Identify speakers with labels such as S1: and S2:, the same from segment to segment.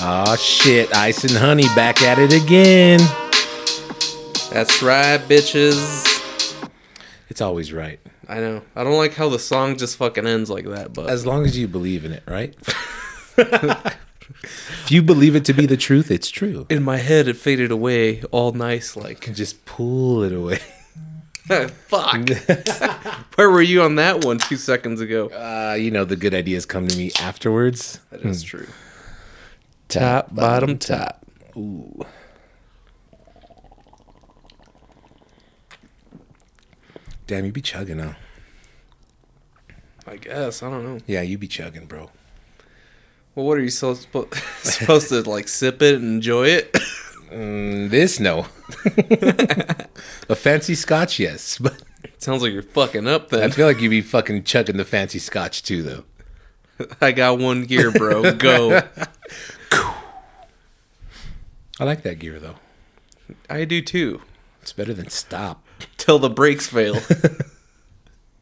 S1: Oh shit, Ice and Honey back at it again.
S2: That's right, bitches.
S1: It's always right.
S2: I know. I don't like how the song just fucking ends like that, but
S1: As long as you believe in it, right? if you believe it to be the truth, it's true.
S2: in my head it faded away all nice like.
S1: Just pull it away.
S2: Fuck. Where were you on that one 2 seconds ago?
S1: Uh, you know, the good ideas come to me afterwards.
S2: That is true. Hmm. Top, bottom, top.
S1: Damn, you be chugging, huh?
S2: I guess, I don't know.
S1: Yeah, you be chugging, bro.
S2: Well, what are you so suppo- supposed to like sip it and enjoy it?
S1: Mm, this, no. A fancy scotch, yes. But
S2: Sounds like you're fucking up
S1: I
S2: then.
S1: feel like you be fucking chugging the fancy scotch too, though.
S2: I got one gear, bro. Go.
S1: I like that gear, though.
S2: I do too.
S1: It's better than stop.
S2: Till the brakes fail.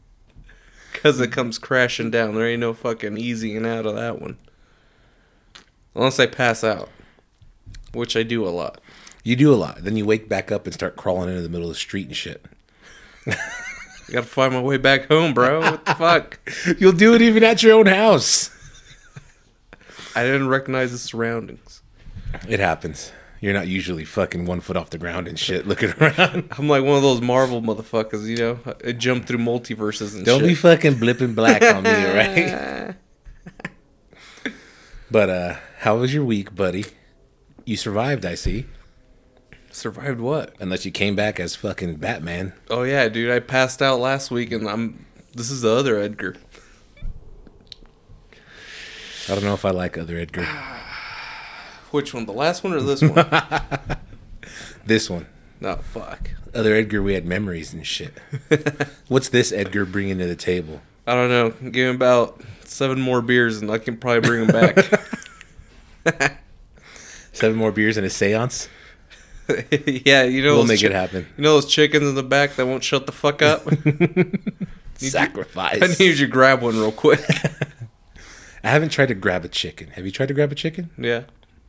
S2: Cause it comes crashing down. There ain't no fucking easying out of that one. Unless I pass out. Which I do a lot.
S1: You do a lot. Then you wake back up and start crawling into the middle of the street and shit.
S2: I gotta find my way back home, bro. What the fuck?
S1: You'll do it even at your own house.
S2: I didn't recognize the surroundings.
S1: It happens. You're not usually fucking one foot off the ground and shit looking around.
S2: I'm like one of those Marvel motherfuckers, you know? I jump through multiverses and
S1: Don't
S2: shit.
S1: be fucking blipping black on me, all right? but uh how was your week, buddy? You survived, I see.
S2: Survived what?
S1: Unless you came back as fucking Batman.
S2: Oh yeah, dude, I passed out last week and I'm this is the other Edgar.
S1: I don't know if I like other Edgar.
S2: Which one? The last one or this one?
S1: This one.
S2: oh fuck.
S1: Other Edgar, we had memories and shit. What's this Edgar bringing to the table?
S2: I don't know. Give him about seven more beers and I can probably bring him back.
S1: Seven more beers and a seance?
S2: yeah, you know
S1: We'll
S2: those
S1: make
S2: chi-
S1: it happen.
S2: You know those chickens in the back that won't shut the fuck up?
S1: Sacrifice.
S2: I need you to grab one real quick.
S1: I haven't tried to grab a chicken. Have you tried to grab a chicken?
S2: yeah.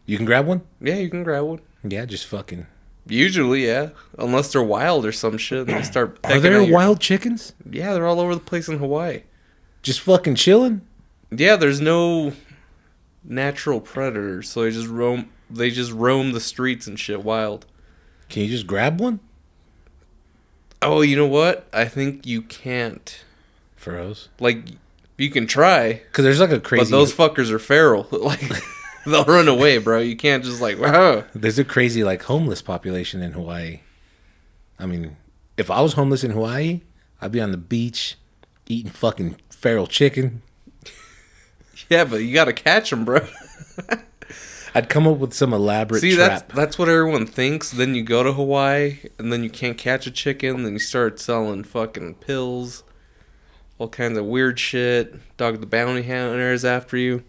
S1: You can grab one?
S2: Yeah, you can grab one.
S1: Yeah, just fucking.
S2: Usually, yeah. Unless they're wild or some shit and they start
S1: Are
S2: pecking
S1: there
S2: at your-
S1: wild chickens?
S2: Yeah, they're all over the place in Hawaii.
S1: Just fucking chilling?
S2: Yeah, there's no natural predators, so they just roam they just roam the streets and shit wild.
S1: Can you just grab one?
S2: Oh, you know what? I think you can't.
S1: Furrows.
S2: Like you can try,
S1: Because there's like a crazy.
S2: but those fuckers are feral. Like they'll run away, bro. You can't just like, wow.
S1: there's a crazy like homeless population in Hawaii. I mean, if I was homeless in Hawaii, I'd be on the beach eating fucking feral chicken.
S2: Yeah, but you got to catch them, bro.
S1: I'd come up with some elaborate
S2: See, that's
S1: trap.
S2: that's what everyone thinks. Then you go to Hawaii, and then you can't catch a chicken. Then you start selling fucking pills, all kinds of weird shit. Dog the bounty hunter is after you.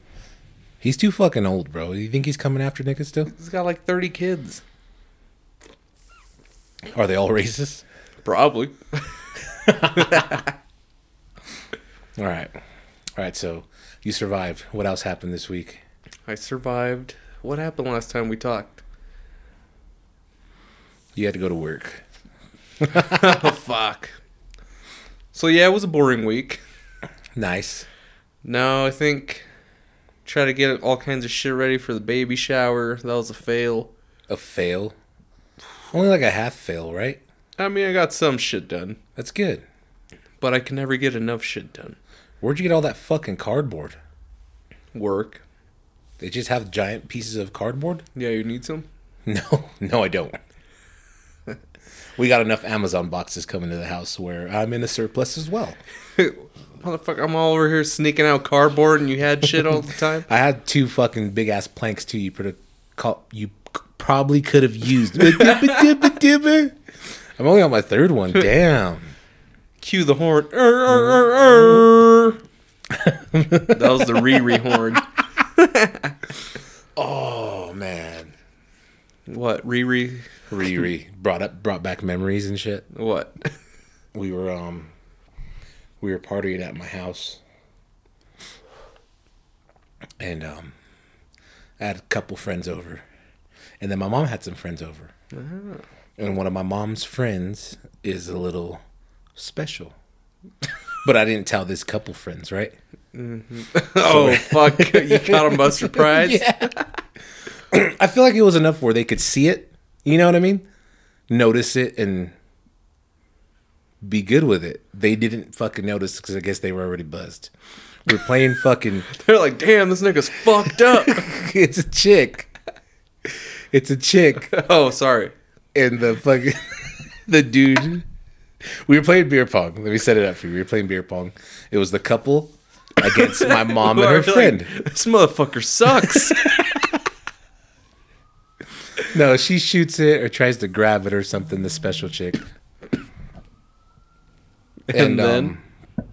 S1: He's too fucking old, bro. You think he's coming after niggas still?
S2: He's got like thirty kids,
S1: Are they all racist?
S2: probably.
S1: All right. All right, so you survived. What else happened this week?
S2: I survived. What happened last time we talked?
S1: You had to go to work.
S2: oh fuck. So yeah, it was a boring week.
S1: Nice.
S2: No, I think try to get all kinds of shit ready for the baby shower. That was a fail.
S1: A fail. Only like a half fail, right?
S2: I mean, I got some shit done,
S1: That's good.
S2: but I can never get enough shit done.
S1: Where'd you get all that fucking cardboard?
S2: Work.
S1: They just have giant pieces of cardboard?
S2: Yeah, you need some?
S1: No, no, I don't. we got enough Amazon boxes coming to the house where I'm in a surplus as well.
S2: Motherfucker, I'm all over here sneaking out cardboard and you had shit all the time.
S1: I had two fucking big ass planks too. You put a co- you c- probably could have used. I'm only on my third one. Damn.
S2: Cue the horn. Err, err, err, err. Mm-hmm. that was the Riri horn.
S1: Oh man.
S2: What? Riri?
S1: Riri brought up brought back memories and shit.
S2: What?
S1: we were um we were partying at my house and um I had a couple friends over, and then my mom had some friends over, Ah. and one of my mom's friends is a little special, but I didn't tell this couple friends, right?
S2: Oh fuck! You caught him by surprise.
S1: Yeah. I feel like it was enough where they could see it. You know what I mean? Notice it and be good with it. They didn't fucking notice because I guess they were already buzzed. We're playing fucking.
S2: They're like, "Damn, this nigga's fucked up."
S1: it's a chick. It's a chick
S2: oh, sorry.
S1: and the fucking the dude. We were playing beer pong. Let me set it up for you. We were playing beer pong. It was the couple against my mom and
S2: Where
S1: her
S2: I feel
S1: friend.
S2: Like, this motherfucker sucks.
S1: No, she shoots it or tries to grab it or something. The special chick.
S2: And then?
S1: um,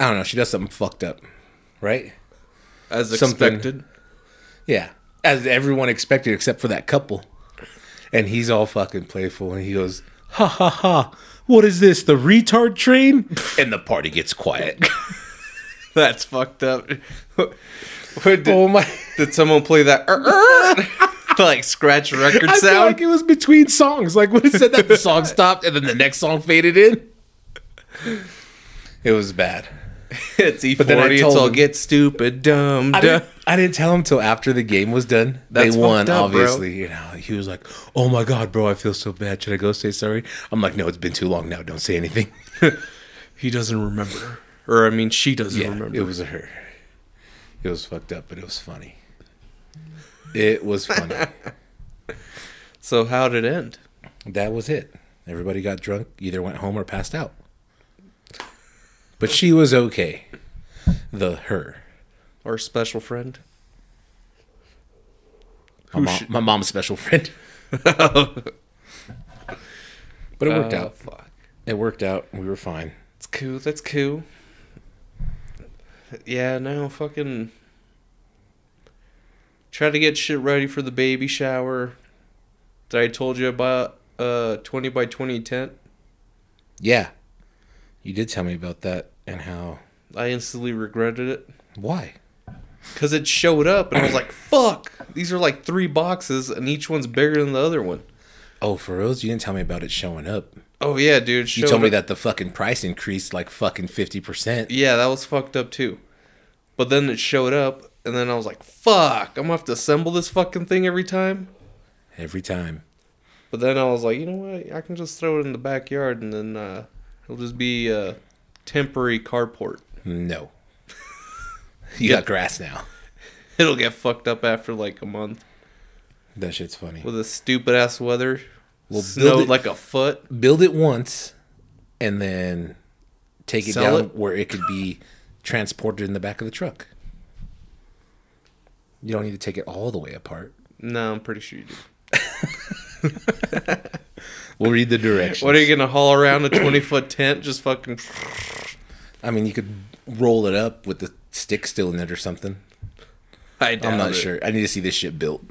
S1: I don't know. She does something fucked up, right?
S2: As
S1: Something.
S2: expected.
S1: Yeah, as everyone expected except for that couple. And he's all fucking playful, and he goes, "Ha ha ha! What is this? The retard train?" and the party gets quiet.
S2: That's fucked up. What did,
S1: oh my!
S2: did someone play that? "Er, er," like scratch record
S1: I feel
S2: sound.
S1: like it was between songs. Like when it said that, the song stopped, and then the next song faded in. It was bad.
S2: it's E40.
S1: then I
S2: It's
S1: told
S2: all
S1: him-
S2: get stupid, dumb,
S1: I
S2: dumb.
S1: didn't, I didn't tell him till after the game was done.
S2: That's
S1: they won,
S2: fucked up, bro.
S1: obviously. You know, he was like, "Oh my god, bro, I feel so bad. Should I go say sorry?" I'm like, "No, it's been too long now. Don't say anything."
S2: He doesn't remember, or I mean, she doesn't
S1: Yeah,
S2: remember.
S1: it was her. It was fucked up, but it was funny. It was funny.
S2: so how did it end?
S1: that was it. Everybody got drunk, either went home or passed out. But she was okay. The her.
S2: Our special friend.
S1: My,
S2: Who
S1: mom,
S2: sh-
S1: my mom's special friend. but it worked
S2: Oh,
S1: out.
S2: fuck.
S1: It worked out. We were fine.
S2: That's cool. That's cool. Yeah, now fucking try to get shit ready for the baby shower that I told you about. Uh, twenty by twenty tent.
S1: Yeah. You did tell me about that and how.
S2: I instantly regretted it
S1: Why?
S2: because it showed up and I was like, "Fuck!" These are like three boxes and each one's bigger than the other one.
S1: Oh, for reals? You didn't tell me about it showing up.
S2: Oh yeah, dude.
S1: You
S2: showed
S1: told me
S2: up-
S1: that the fucking price increased like fucking 50%.
S2: Yeah, that was fucked up too. But then it showed up, and then I was like, "Fuck! I'm gonna have to assemble this fucking thing every time."
S1: Every time.
S2: But then I was like, you know what? I can just throw it in the backyard, and then uh, it'll just be a temporary carport.
S1: No. you
S2: Yeah.
S1: got grass now.
S2: It'll get fucked up after like a month
S1: That shit's funny.
S2: with the stupid ass weather.
S1: Well, build
S2: Snowed
S1: it-
S2: like a foot.
S1: Build it once and then take it
S2: Sell
S1: down
S2: it?
S1: where it could be transported in the back of the truck. You don't need to take it all the way apart.
S2: No, I'm pretty sure you do.
S1: We'll read the directions.
S2: What are you gonna haul around a 20 foot tent? Just fucking.
S1: I mean, you could roll it up with the stick still in it or something.
S2: I doubt
S1: I'm not
S2: it.
S1: sure. I need to see this shit built.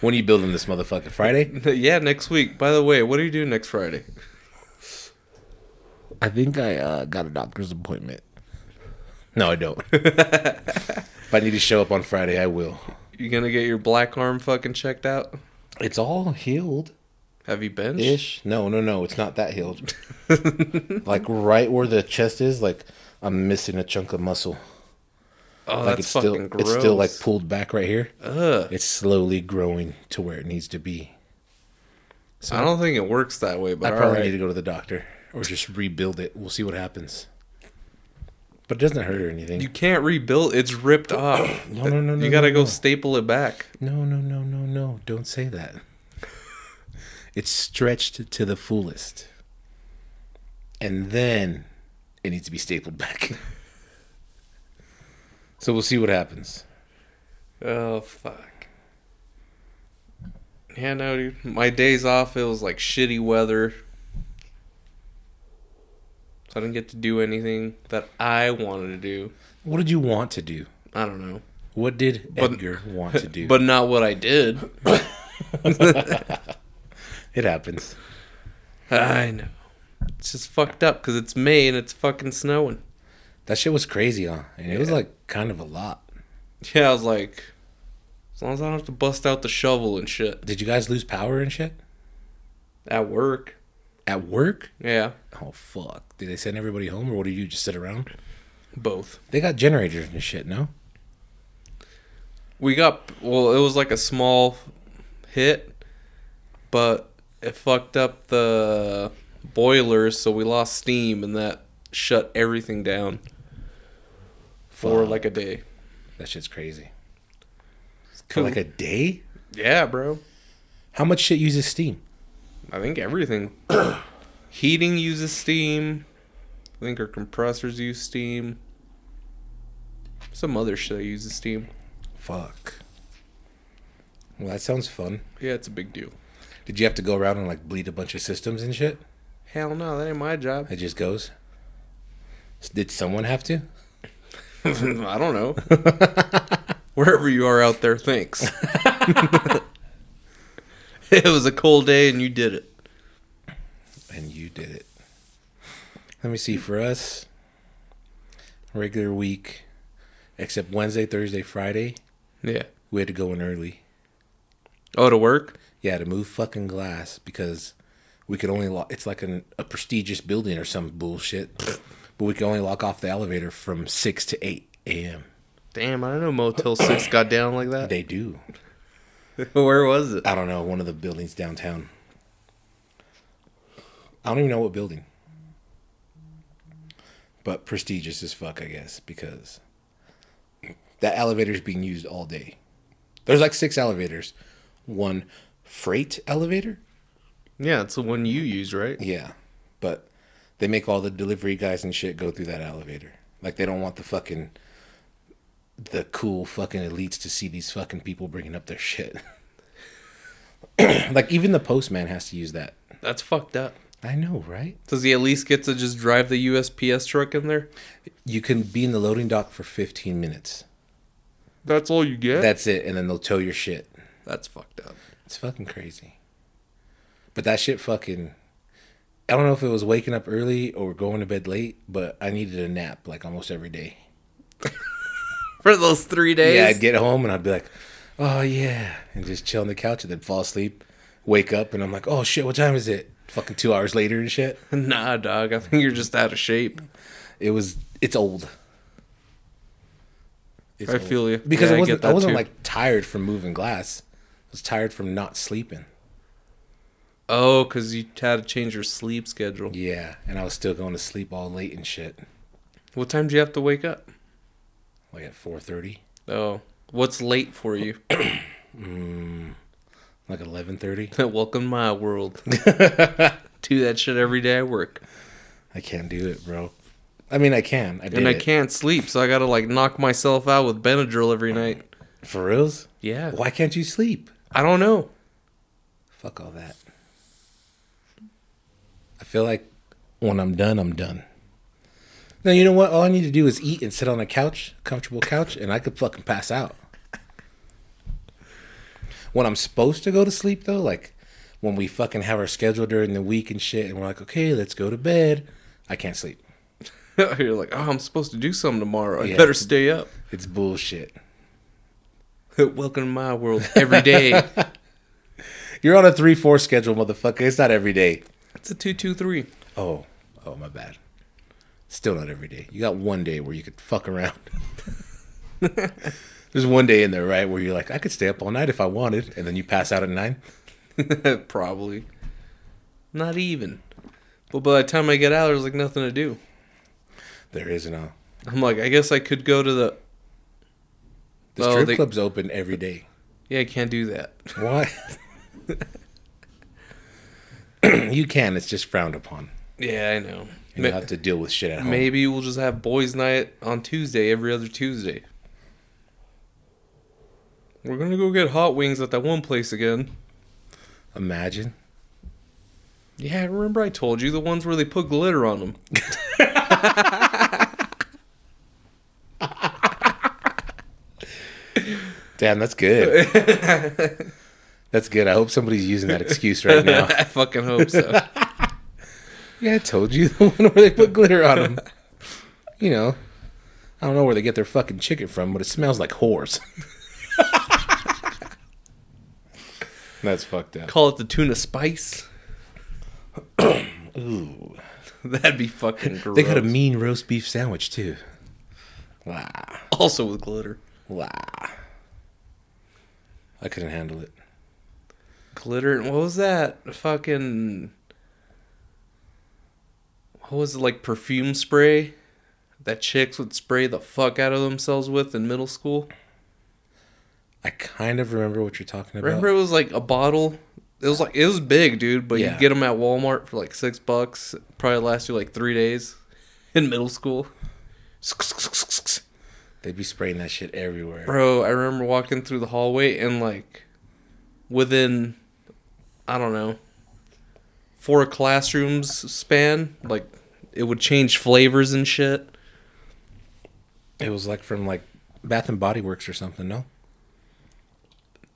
S1: When are you building this motherfucker? Friday?
S2: Yeah, next week. By the way, what are you doing next Friday?
S1: I think I uh, got a doctor's appointment. No, I don't. if I need to show up on Friday, I will.
S2: You gonna get your black arm fucking checked out?
S1: It's all healed
S2: Have you been?
S1: ish. No, no, no. It's not that healed. like right where the chest is, like I'm missing a chunk of muscle.
S2: Oh,
S1: Like
S2: that's
S1: it's
S2: fucking
S1: still
S2: gross. Uh.
S1: it's still like pulled back right here.
S2: Ugh.
S1: It's slowly growing to where it needs to be.
S2: I don't think it works that way, but
S1: I
S2: all
S1: probably
S2: right.
S1: need to go to the doctor or just rebuild it. We'll see what happens. But it doesn't hurt or anything.
S2: You can't rebuild. It's ripped off.
S1: no, no, no,
S2: You
S1: no,
S2: gotta
S1: no,
S2: go
S1: no.
S2: staple it back.
S1: No, no, no, no, no. Don't say that. It's stretched to the fullest. And then it needs to be stapled back. so we'll see what happens.
S2: Oh fuck. Yeah, no, dude. My days off, it was like shitty weather, so I didn't get to do anything that I wanted to do.
S1: What did you want to do?
S2: I don't know,
S1: What did
S2: But-
S1: Edgar want to do?
S2: but not what I did.
S1: it happens.
S2: I know. It's just fucked up because it's May and it's fucking snowing.
S1: That shit was crazy, huh? And it was like kind of a lot.
S2: Yeah, I was like, as long as I don't have to bust out the shovel and shit
S1: Did you guys lose power and shit
S2: at work.
S1: at work?
S2: Yeah,
S1: Oh fuck! Did they send everybody home, or what do you do, just sit around?
S2: both.
S1: They got generators and shit. No,
S2: We got well. It was like a small hit, but it fucked up the boilers, so we lost steam, and that shut everything down for
S1: Fuck.
S2: like a day.
S1: that shit's crazy. For like a day,
S2: yeah, bro.
S1: how much shit uses steam?
S2: I think everything. Heating uses steam. I think our compressors use steam. Some other shit that uses steam.
S1: Fuck. Well, that sounds fun.
S2: Yeah, it's a big deal.
S1: Did you have to go around and like bleed a bunch of systems and shit?
S2: Hell no, that ain't my job.
S1: It just goes. S- Did someone have to?
S2: I don't know. Wherever you are out there, thanks. it was a cold day and you did it.
S1: And you did it. Let me see. For us, regular week, except Wednesday, Thursday, Friday,
S2: Yeah.
S1: we had to go in early.
S2: Oh, to work?
S1: Yeah, to move fucking glass because we could only lock. It's like an, a prestigious building or some bullshit, but we could only lock off the elevator from six to eight a.m.
S2: Damn, I don't know Motel 6 got down like that.
S1: They do.
S2: Where was it?
S1: I don't know, one of the buildings downtown. I don't even know what building. But prestigious as fuck, I guess, because that elevator's being used all day. There's like six elevators. One freight elevator?
S2: Yeah, it's the one you used, right?
S1: Yeah. But they make all the delivery guys and shit go through that elevator. Like they don't want the fucking the cool fucking elites to see these fucking people bringing up their shit. like even the postman has to use that.
S2: That's fucked up.
S1: I know, right?
S2: Does he at least get to just drive the USPS truck in there?
S1: You can be in the loading dock for 15 minutes.
S2: That's all you get?
S1: That's it and then they'll tow your shit.
S2: That's fucked up.
S1: It's fucking crazy. But that shit fucking I don't know if it was waking up early or going to bed late, but I needed a nap like almost every day.
S2: For those three days?
S1: Yeah, I'd get home and I'd be like, oh yeah, and just chill on the couch and then fall asleep, wake up and I'm like, oh shit, what time is it? Fucking two hours later and shit.
S2: Nah, dog. I think you're just out of shape.
S1: It was, it's old. It's
S2: I feel you.
S1: Because
S2: Yeah,
S1: I
S2: I get
S1: wasn't, I,
S2: that
S1: wasn't
S2: too.
S1: like tired from moving glass. I was tired from not sleeping.
S2: Oh, because you had to change your sleep schedule.
S1: Yeah, and I was still going to sleep all late and shit,
S2: What time do you have to wake up?
S1: like at four thirty,
S2: Oh, what's late for you?
S1: like eleven thirty.
S2: Welcome to my world. do that shit every day I work,
S1: I can't do it, bro. I mean, I can. I did
S2: and I
S1: it.
S2: can't sleep, so I gotta like knock myself out with Benadryl every night.
S1: for reals.
S2: Yeah,
S1: Why can't you sleep?
S2: I don't know.
S1: Fuck all that. I feel like when I'm done, I'm done. No, you know what? All I need to do is eat and sit on a couch, comfortable couch, and I could fucking pass out. When I'm supposed to go to sleep, though, like when we fucking have our schedule during the week and shit, and we're like, okay, let's go to bed, I can't sleep.
S2: You're like, oh, I'm supposed to do something tomorrow. I
S1: Yeah.
S2: better stay up.
S1: It's bullshit.
S2: Welcome to my world every day.
S1: You're on a 3 4 schedule, motherfucker. It's not every day.
S2: it's a two two three.
S1: Oh, oh, my bad. Still not every day. You got one day where you could fuck around. There's one day in there, right, where you're like, I could stay up all night if I wanted, and then you pass out at nine.
S2: Probably. Not even. But by the time I get out, there's like nothing to do.
S1: There is no.
S2: I'm like, I guess I could go to the.
S1: The
S2: Oh,
S1: strip
S2: they-
S1: club's open every day.
S2: Yeah, I can't do that.
S1: Why? you can. It's just frowned upon.
S2: Yeah, I know.
S1: And
S2: Ma-
S1: you have to deal with shit at home.
S2: Maybe we'll just have boys' night on Tuesday, every other Tuesday. We're gonna go get hot wings at that one place again.
S1: Imagine.
S2: Yeah, I remember I told you the ones where they put glitter on them.
S1: Damn, that's good. that's good. I hope somebody's using that excuse right now.
S2: I fucking hope so.
S1: Yeah, I told you the one where they put glitter on them. You know, I don't know where they get their fucking chicken from, but it smells like whores. That's fucked up.
S2: Call it the tuna spice.
S1: Ooh.
S2: That'd be fucking gross.
S1: They got a mean roast beef sandwich too. Wow.
S2: also with glitter.
S1: Wow. I couldn't handle it.
S2: Glitter and what was that fucking? What was it like perfume spray? That chicks would spray the fuck out of themselves with in middle school.
S1: I kind of remember what you're talking about.
S2: Remember, it was like a bottle. It was like it was big, dude. But
S1: Yeah.
S2: you get them at Walmart for like six bucks. Probably last you like three days in middle school.
S1: They'd be spraying that shit everywhere.
S2: Bro, I remember walking through the hallway and like within I don't know four classrooms span, like it would change flavors and shit.
S1: It was like from like Bath and Body Works or something, no?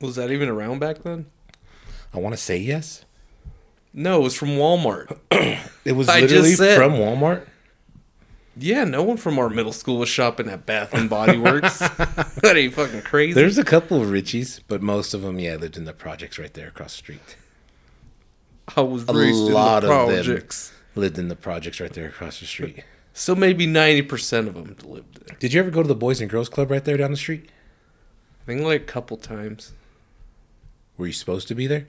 S2: Was that even around back then?
S1: I want to say yes.
S2: No, it was from Walmart.
S1: It was
S2: I just
S1: literally
S2: said-
S1: from Walmart.
S2: Yeah, no one from our middle school was shopping at Bath and Body Works. that ain't fucking crazy.
S1: There's a couple of Richies, but most of them, yeah, lived in the projects right there across the street.
S2: I was
S1: A
S2: raised
S1: lot
S2: in the
S1: of them
S2: projects.
S1: lived in the projects right there across the street.
S2: So maybe ninety percent of them lived there.
S1: Did you ever go to the Boys and Girls Club right there down the street?
S2: I think like a couple times.
S1: Were you supposed to be there?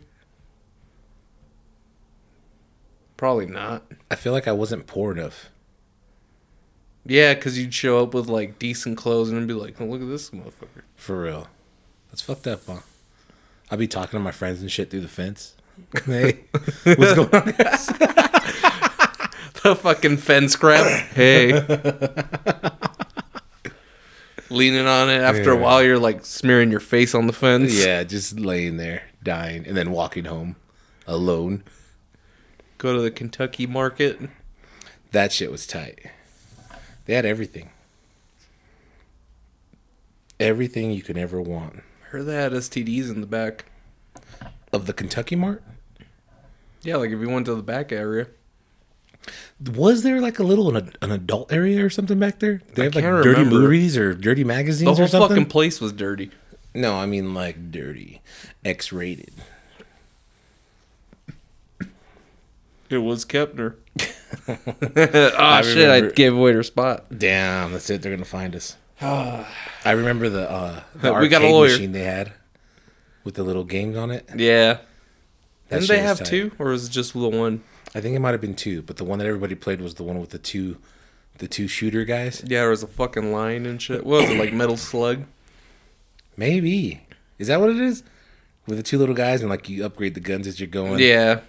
S2: Probably not.
S1: I feel like I wasn't poor enough.
S2: Yeah, because you'd show up with like decent clothes and it'd be like, oh, look at this motherfucker.
S1: For real. That's fucked up, huh? I'd be talking to my friends and shit through the fence. Hey, what's going on?
S2: The fucking fence crap. Hey. Leaning on it. After a
S1: Yeah.
S2: while, you're like smearing your face on the fence.
S1: yeah, just laying there, dying, and then walking home alone.
S2: Go to the Kentucky market.
S1: That shit was tight. They had everything. Everything you could ever want.
S2: Heard they had STDs in the back.
S1: Of the Kentucky Mart?
S2: Yeah, like if you went to the back area.
S1: Was there like a little an, an adult area or something back there? They
S2: I
S1: have like
S2: can't
S1: dirty
S2: remember.
S1: movies or dirty
S2: The
S1: magazines
S2: whole
S1: or something?
S2: fucking place was dirty.
S1: No, I mean like dirty, X-rated.
S2: It was Kepner. Ah, shit. I
S1: remember-
S2: gave away her spot.
S1: Damn, that's it. They're gonna find us. I remember the uh, the
S2: We got a
S1: arcade
S2: lawyer.
S1: machine they had with the little games on it.
S2: Yeah. Didn't
S1: shit
S2: they
S1: was
S2: have
S1: tight.
S2: two or was it just the one?
S1: I think it might have been two, but the one that everybody played was the one with the two, the two shooter guys.
S2: Yeah, there was a fucking line and shit. What was it, like Metal Slug?
S1: Maybe is that what it is? With the two little guys and like you upgrade the guns as you're going.
S2: Yeah.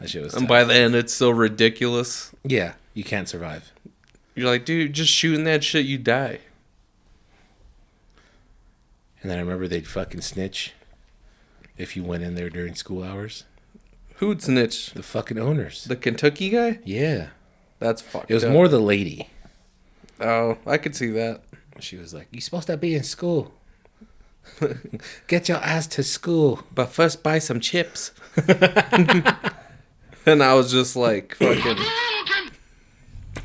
S1: that shit was.
S2: And
S1: tight.
S2: by the end, it's so ridiculous.
S1: yeah, you can't survive.
S2: You're like, dude, just shooting that shit, you die.
S1: And then I remember they'd fucking snitch if you went in there during school hours.
S2: Who'd snitch?
S1: The fucking owners.
S2: The Kentucky guy?
S1: Yeah,
S2: That's fucked.
S1: it was
S2: up.
S1: more the lady.
S2: Oh, I could see that.
S1: She was like, "You supposed to be in school. Get your ass to school."
S2: But first, buy some chips. and I was just like, fucking.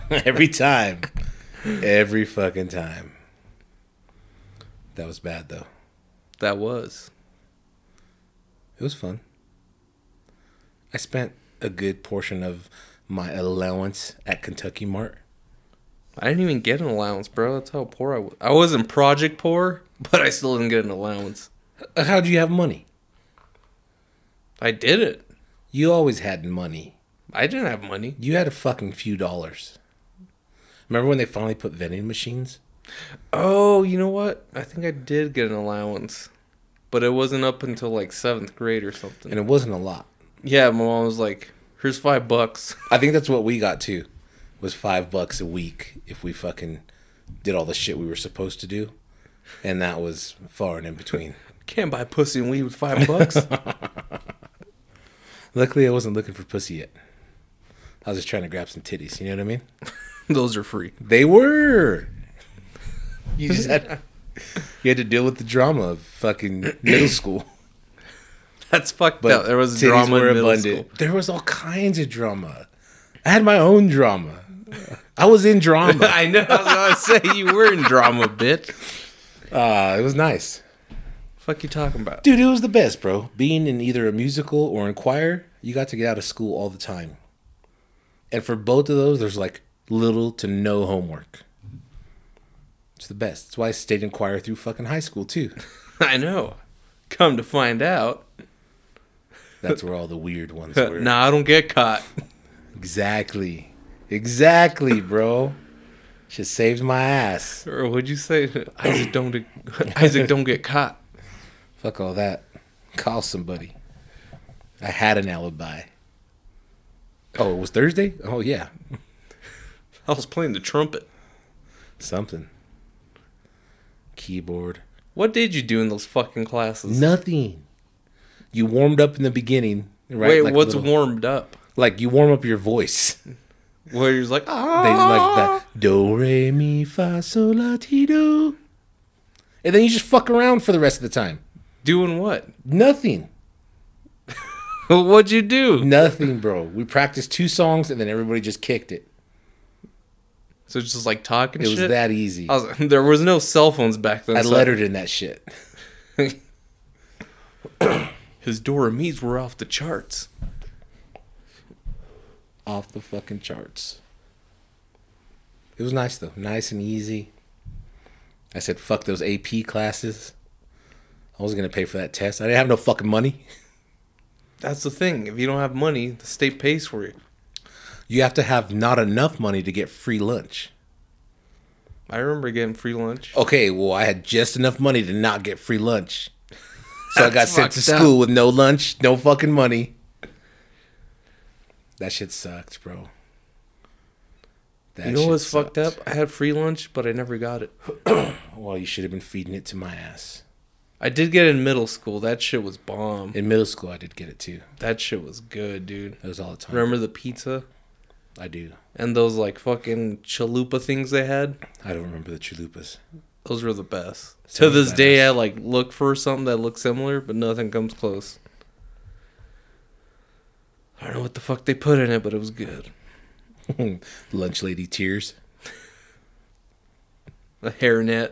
S1: Every time, every fucking time. That was bad though.
S2: That was.
S1: It was fun. I spent a good portion of my allowance at Kentucky Mart.
S2: I didn't even get an allowance, bro. That's how poor I was. I wasn't project poor, but I still didn't get an allowance.
S1: How do Uh, you have money?
S2: I did it.
S1: You always had money.
S2: I didn't have money.
S1: You had a fucking few dollars. Remember when they finally put vending machines?
S2: Oh, you know what? I think I did get an allowance, but it wasn't up until like seventh grade or something.
S1: And it wasn't a lot.
S2: Yeah, my mom was like, "Here's five bucks."
S1: I think that's what we got too. Was five bucks a week if we fucking did all the shit we were supposed to do, and that was far and in between.
S2: Can't buy pussy and weed with five bucks.
S1: Luckily, I wasn't looking for pussy yet. I was just trying to grab some titties. You know what I mean?
S2: Those are free.
S1: They were. You just had you had to deal with the drama of fucking middle school.
S2: That's fucked up. There was
S1: titties
S2: drama in middle
S1: There was all kinds of drama. I had my own drama. I was in drama.
S2: I know. I was going to say you were in drama, bitch.
S1: uh, it was nice.
S2: Fuck you talking about?
S1: Dude, it was the best, bro. Being in either a musical or in choir, you got to get out of school all the time. And for both of those, there's like little to no homework. It's the best. That's why I stayed in choir through fucking high school, too.
S2: I know. Come to find out,
S1: That's where all the weird ones were.
S2: nah, I don't get caught.
S1: Exactly. Exactly, bro. Shit saved my ass.
S2: Or would you say Isaac don't get, Isaac don't get caught?
S1: Fuck all that. Call somebody. I had an alibi. Oh, it was Thursday? Oh, yeah.
S2: I was playing the trumpet.
S1: Something. Keyboard.
S2: What did you do in those fucking classes?
S1: Nothing. You warmed up in the beginning, right?
S2: Wait,
S1: Like a
S2: what's
S1: little-
S2: warmed up?
S1: Like you warm up your voice.
S2: Where you're like, ah,
S1: They like that do re mi fa sol la ti do, and then you just fuck around for the rest of the time.
S2: doing what?
S1: Nothing.
S2: What'd you do?
S1: Nothing, bro. We practiced two songs and then everybody just kicked it.
S2: So it's just like talking
S1: It was
S2: shit.
S1: that easy.
S2: I was, there was no cell phones back then.
S1: I
S2: so
S1: lettered in that shit.
S2: His Doramies were off the charts.
S1: Off the fucking charts. It was nice though. Nice and easy. I said, fuck those AP classes. I wasn't gonna pay for that test. I didn't have no fucking money.
S2: That's the thing. If you don't have money, the state pays for you.
S1: You have to have not enough money to get free lunch.
S2: I remember getting free lunch.
S1: Okay, well, I had just enough money to not get free lunch. So I got
S2: That's
S1: sent to
S2: fucked up.
S1: school with no lunch, no fucking money. That shit sucked, bro. That
S2: you know
S1: shit
S2: what's fucked up?
S1: sucked.
S2: I had free lunch, but I never got it.
S1: Well, you should have been feeding it to my ass.
S2: I did get it in middle school. That shit was bomb.
S1: In middle school, I did get it too.
S2: That shit was good, dude.
S1: That was all the time.
S2: Remember the pizza
S1: I do.
S2: and those like fucking chalupa things they had?
S1: I don't remember the chalupas.
S2: Those were the best. to
S1: Sounds
S2: this day,
S1: badass.
S2: I like look for something that looks similar, but nothing comes close. I don't know what the fuck they put in it, but it was good.
S1: Lunch lady tears.
S2: A hairnet.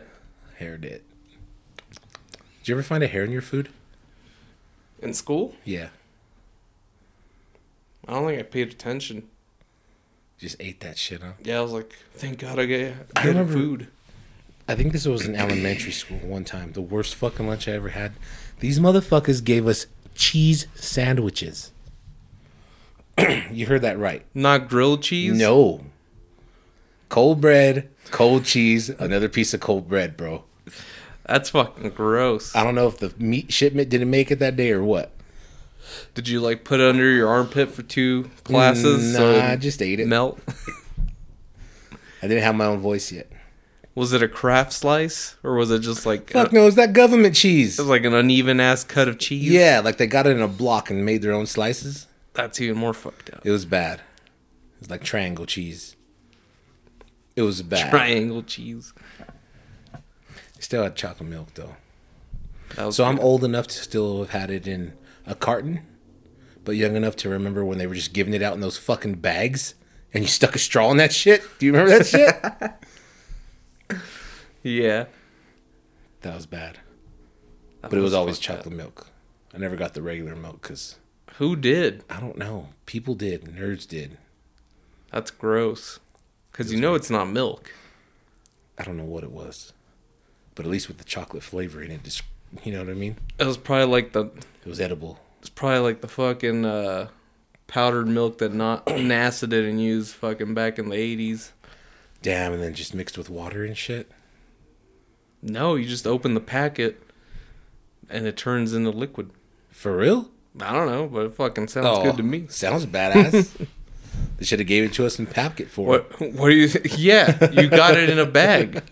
S1: Hair did. Did you ever find a hair in your food?
S2: In school?
S1: Yeah.
S2: I don't think I paid attention.
S1: Just ate that shit, huh?
S2: Yeah, I was like, thank God I get,
S1: I
S2: get
S1: remember-
S2: food.
S1: I think this was in elementary school one time. The worst fucking lunch I ever had. These motherfuckers gave us cheese sandwiches. you heard that right.
S2: Not grilled cheese?
S1: No. Cold bread, cold cheese, another piece of cold bread, bro.
S2: That's fucking gross.
S1: I don't know if the meat shipment didn't make it that day or what.
S2: Did you like put it under your armpit for two classes? so
S1: nah,
S2: it'd
S1: I just ate it.
S2: melt.
S1: I didn't have my own voice yet.
S2: was it a craft slice or was it just like
S1: Fuck
S2: a,
S1: no, it's that government cheese.
S2: it was like an uneven ass cut of cheese?
S1: Yeah, like they got it in a block and made their own slices.
S2: that's even more fucked up.
S1: It was bad. It was like triangle cheese. It was bad.
S2: Triangle cheese.
S1: Still had chocolate milk though.
S2: That was
S1: So I'm old enough to still have had it in a carton, but young enough to remember when they were just giving it out in those fucking bags and you stuck a straw in that shit. Do you remember that shit?
S2: yeah.
S1: That was bad.
S2: That
S1: But it was always
S2: fucked up.
S1: chocolate milk. I never got the regular milk because
S2: Who did?
S1: I don't know. People did. Nerds did.
S2: That's gross. Because you know it's not milk.
S1: I don't know what it was, but at least with the chocolate flavor in it, just, you know what I mean?
S2: It was probably like the
S1: It was edible.
S2: it's probably like the fucking uh, powdered milk that not NASA didn't use fucking back in the eighties.
S1: Damn, and then just mixed with water and shit.
S2: No, you just open the packet and it turns into liquid.
S1: For real?
S2: I don't know, but it fucking sounds good to me.
S1: Sounds badass. they should have gave it to us in packet form.
S2: What what do you think? Yeah, you got it in a bag.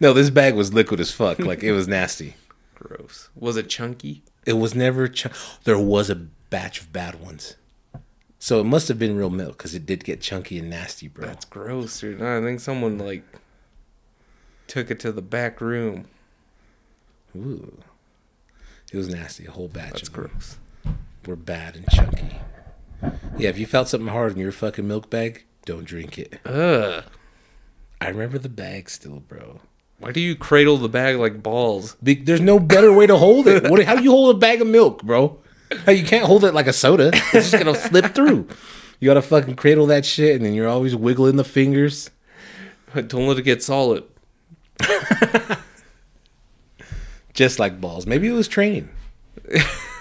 S1: No, this bag was liquid as fuck. Like it was nasty.
S2: Gross. Was it chunky?
S1: It was never. Ch- there was a batch of bad ones, so it must have been real milk because it did get chunky and nasty, bro.
S2: That's gross, dude. I think someone like took it to the back room.
S1: Ooh, it was nasty. A whole batch
S2: That's
S1: of them
S2: gross.
S1: were bad and chunky. Yeah, if you felt something hard in your fucking milk bag, Don't drink it.
S2: Ugh.
S1: I remember the bag still, bro.
S2: Why do you cradle the bag like balls?
S1: Be- There's no better way to hold it. What, how do you hold a bag of milk, bro? How you can't hold it like a soda. It's just gonna slip through. You gotta fucking cradle that shit, and then you're always wiggling the fingers.
S2: Don't let it get solid.
S1: just like balls. Maybe it was training.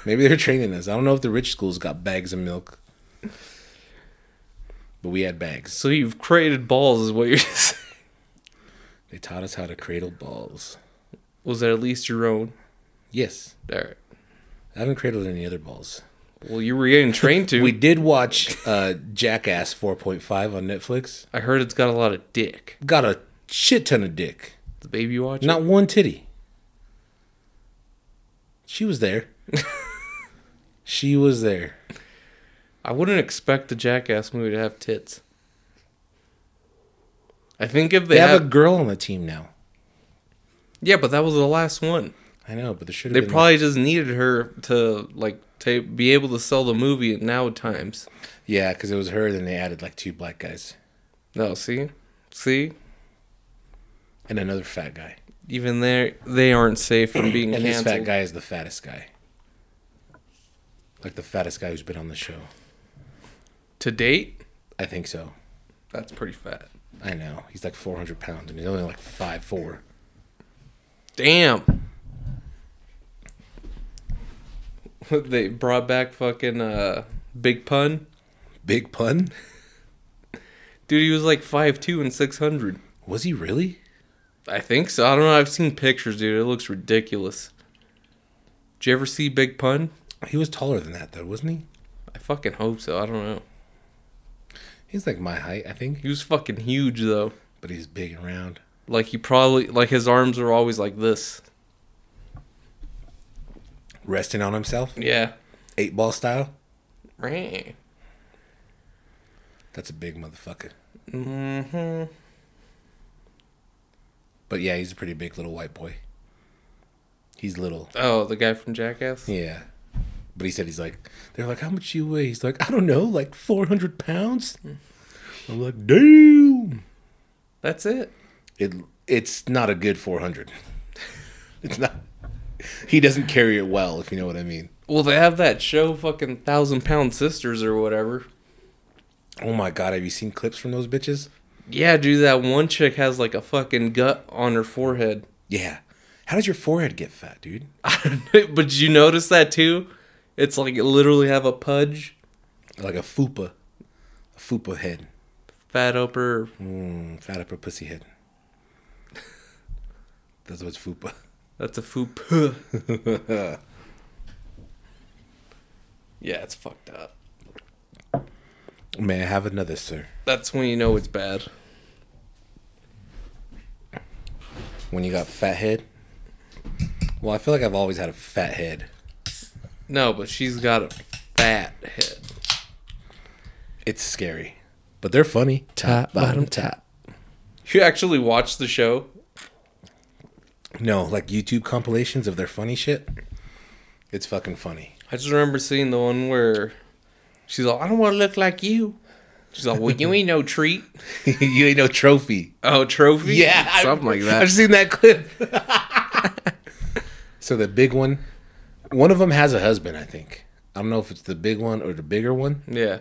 S1: Maybe they're training us. I don't know if the rich schools got bags of milk, but we had bags.
S2: So you've created balls, is what you're saying.
S1: They taught us how to cradle balls.
S2: Was that at least your own?
S1: Yes,
S2: All right.
S1: I haven't cradled any other balls.
S2: Well, you were getting trained to.
S1: We did watch uh, Jackass 4.5 on Netflix.
S2: I heard it's got a lot of dick.
S1: Got a shit ton of dick.
S2: The baby watch.
S1: Not one titty. She was there. she was there.
S2: I wouldn't expect a Jackass movie to have tits. I think if they,
S1: They
S2: have,
S1: have a girl on the team now.
S2: yeah, but that was the last one.
S1: I know, but there should
S2: They
S1: have been.
S2: probably just needed her to like to be able to sell the movie at now times.
S1: yeah, because it was her. Then they added like two black guys
S2: No, see, see,
S1: and another fat guy.
S2: even there they aren't safe from being
S1: And this
S2: canceled.
S1: fat guy is the fattest guy. Like the fattest guy who's been on the show.
S2: To date,
S1: I think so.
S2: that's pretty fat.
S1: I know. He's like 400 pounds and he's only like five four.
S2: Damn. they brought back fucking uh, Big Pun.
S1: Big pun?
S2: Dude, he was like 5'2 and 600.
S1: Was he really?
S2: I think so. I don't know. I've seen pictures, dude. It looks ridiculous. Did you ever see Big Pun?
S1: He was taller than that, though, wasn't he?
S2: I fucking hope so. I don't know.
S1: He's like my height, I think.
S2: He was fucking huge, though.
S1: But he's big and round.
S2: Like, he probably, like, his arms are always like this.
S1: Resting on himself,
S2: Yeah.
S1: eight ball style.
S2: Right.
S1: That's a big motherfucker.
S2: hmm
S1: But yeah, he's a pretty big little white boy. He's little.
S2: Oh, the guy from Jackass?
S1: Yeah. But he said he's like, they're like, how much you weigh? He's like, I don't know, like 400 pounds? I'm like, damn.
S2: That's it.
S1: It, it's not a good 400. It's not. He doesn't carry it well, if you know what I mean.
S2: Well, they have that show, fucking Thousand Pound Sisters or whatever.
S1: Oh my God, have you seen clips from those bitches?
S2: Yeah, dude, that one chick has like a fucking gut on her forehead.
S1: Yeah. How does your forehead get fat, dude?
S2: but did you notice that too? It's like it literally have a pudge,
S1: Like a fupa. A fupa head.
S2: fat upper.
S1: Mm, fat upper pussy head. That's what's fupa.
S2: That's a foop. yeah, it's fucked up.
S1: May I have another, sir?
S2: That's when you know it's bad.
S1: When you got fat head? Well, I feel like I've always had a fat head.
S2: No, but she's got a fat head.
S1: It's scary. But they're funny.
S2: Top, bottom, top. You actually watched the show?
S1: No, like YouTube compilations of their funny shit. It's fucking funny.
S2: I just remember seeing the one where she's like, "I don't want to look like you." She's like, "Well, you ain't no treat."
S1: you ain't no trophy.
S2: Oh, trophy?
S1: Yeah,
S2: Something like that.
S1: I've seen that clip. so the big one, one of them has a husband, I think. I don't know if it's the big one or the bigger one,
S2: yeah.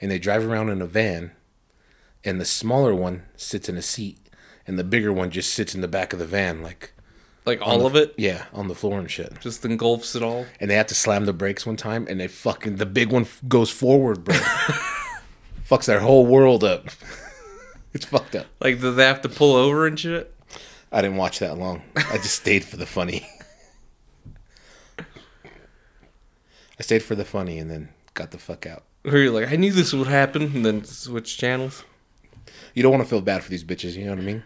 S1: and they drive around in a van, and the smaller one sits in a seat, and the bigger one just sits in the back of the van, like
S2: Like all of it
S1: yeah, on the floor and shit.
S2: just engulfs it all.
S1: And they have to slam the brakes one time, and they fucking the big one f- goes forward, bro. Fucks their whole world up. it's fucked up.
S2: Like do they have to pull over and shit?
S1: I didn't watch that long. I just stayed for the funny. I stayed for the funny and then got the fuck out.
S2: Where you're like, I knew this would happen, and then switch channels.
S1: You don't want to feel bad for these bitches, you know what I mean?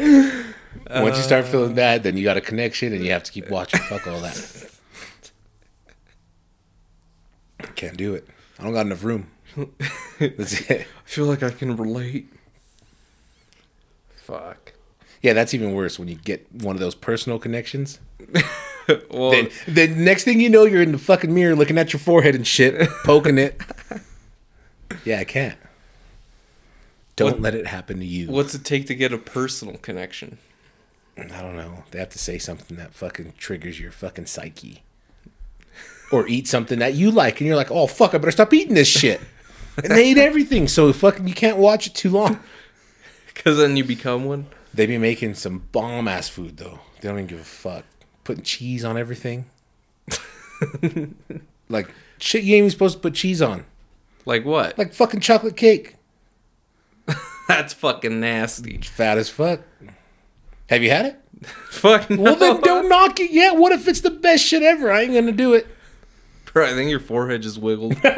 S1: Once you start feeling bad, then you got a connection and you have to keep watching. Fuck all that. Can't do it. I don't got enough room. That's it.
S2: I feel like I can relate. Fuck.
S1: Yeah, that's even worse when you get one of those personal connections.
S2: well,
S1: Then, then next thing you know, you're in the fucking mirror looking at your forehead and shit, poking it. Yeah, I can't. Don't
S2: What-
S1: let it happen to you.
S2: what's it take to get a personal connection?
S1: I don't know. They have to say something that fucking triggers your fucking psyche. Or eat something that you like, and you're like, oh, fuck, I better stop eating this shit. And they eat everything, so fucking you can't watch it too long.
S2: Because then you become one.
S1: They be making some bomb ass food, though. They don't even give a fuck. Putting cheese on everything. like, shit you ain't even supposed to put cheese on.
S2: Like what?
S1: Like fucking chocolate cake.
S2: That's fucking nasty.
S1: Fat as fuck. Have you had it?
S2: Fuck. No.
S1: Well, then don't knock it yet. What if it's the best shit ever? I ain't gonna do it.
S2: Bro, I think your forehead just wiggled.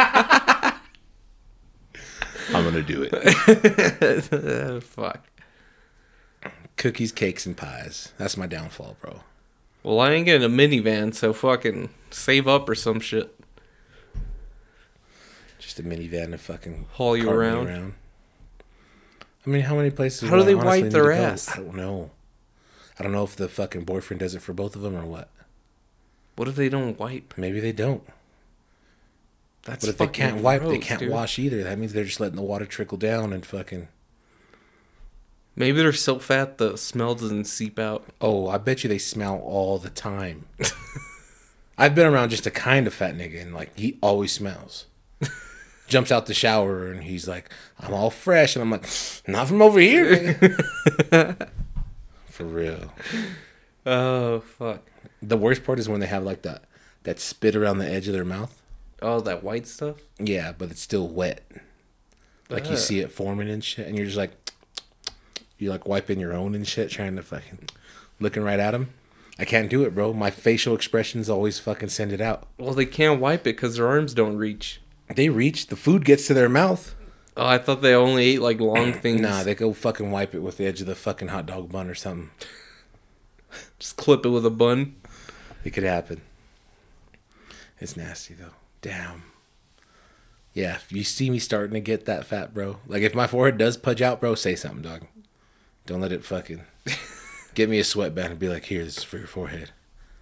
S1: I'm gonna do it.
S2: Fuck.
S1: Cookies, cakes, and pies. That's my downfall, bro.
S2: Well, I ain't getting a minivan, so fucking save up or some shit.
S1: Just a minivan to fucking
S2: Haul you
S1: cart me
S2: around.
S1: I mean, how many places?
S2: How do
S1: would I
S2: they wipe
S1: honestly need
S2: their
S1: to go?
S2: ass?
S1: I don't know. I don't know if the fucking boyfriend does it for both of them or what.
S2: What if they don't wipe?
S1: Maybe they don't.
S2: That's
S1: But if they
S2: fucking
S1: can't wipe, they
S2: gross,
S1: can't
S2: dude.
S1: wash either. That means they're just letting the water trickle down and fucking.
S2: Maybe they're so fat the smell doesn't seep out.
S1: Oh, I bet you they smell all the time. I've been around just a kind of fat nigga, and like he always smells. Jumps out the shower and he's like, "I'm all fresh," and I'm like, "Not from over here." nigga." For real.
S2: Oh fuck.
S1: The worst part is when they have like that that spit around the edge of their mouth.
S2: Oh, that white stuff.
S1: Yeah, but it's still wet. Like you
S2: Ugh.
S1: see it forming and shit, and you're just like, you're like wiping your own and shit, trying to fucking looking right at him. I can't do it, bro. My facial expressions always fucking send it out.
S2: Well, they can't wipe it because their arms don't reach.
S1: They reach, the food gets to their mouth.
S2: Oh, I thought they only ate like long things.
S1: Nah, they go fucking wipe it with the edge of the fucking hot dog bun or something.
S2: just clip it with a bun.
S1: It could happen. It's nasty though. Damn. Yeah, if you see me starting to get that fat, bro. Like if my forehead does pudge out, bro, say something, dog. Don't let it fucking get me a sweatband and be like, here, this is for your forehead.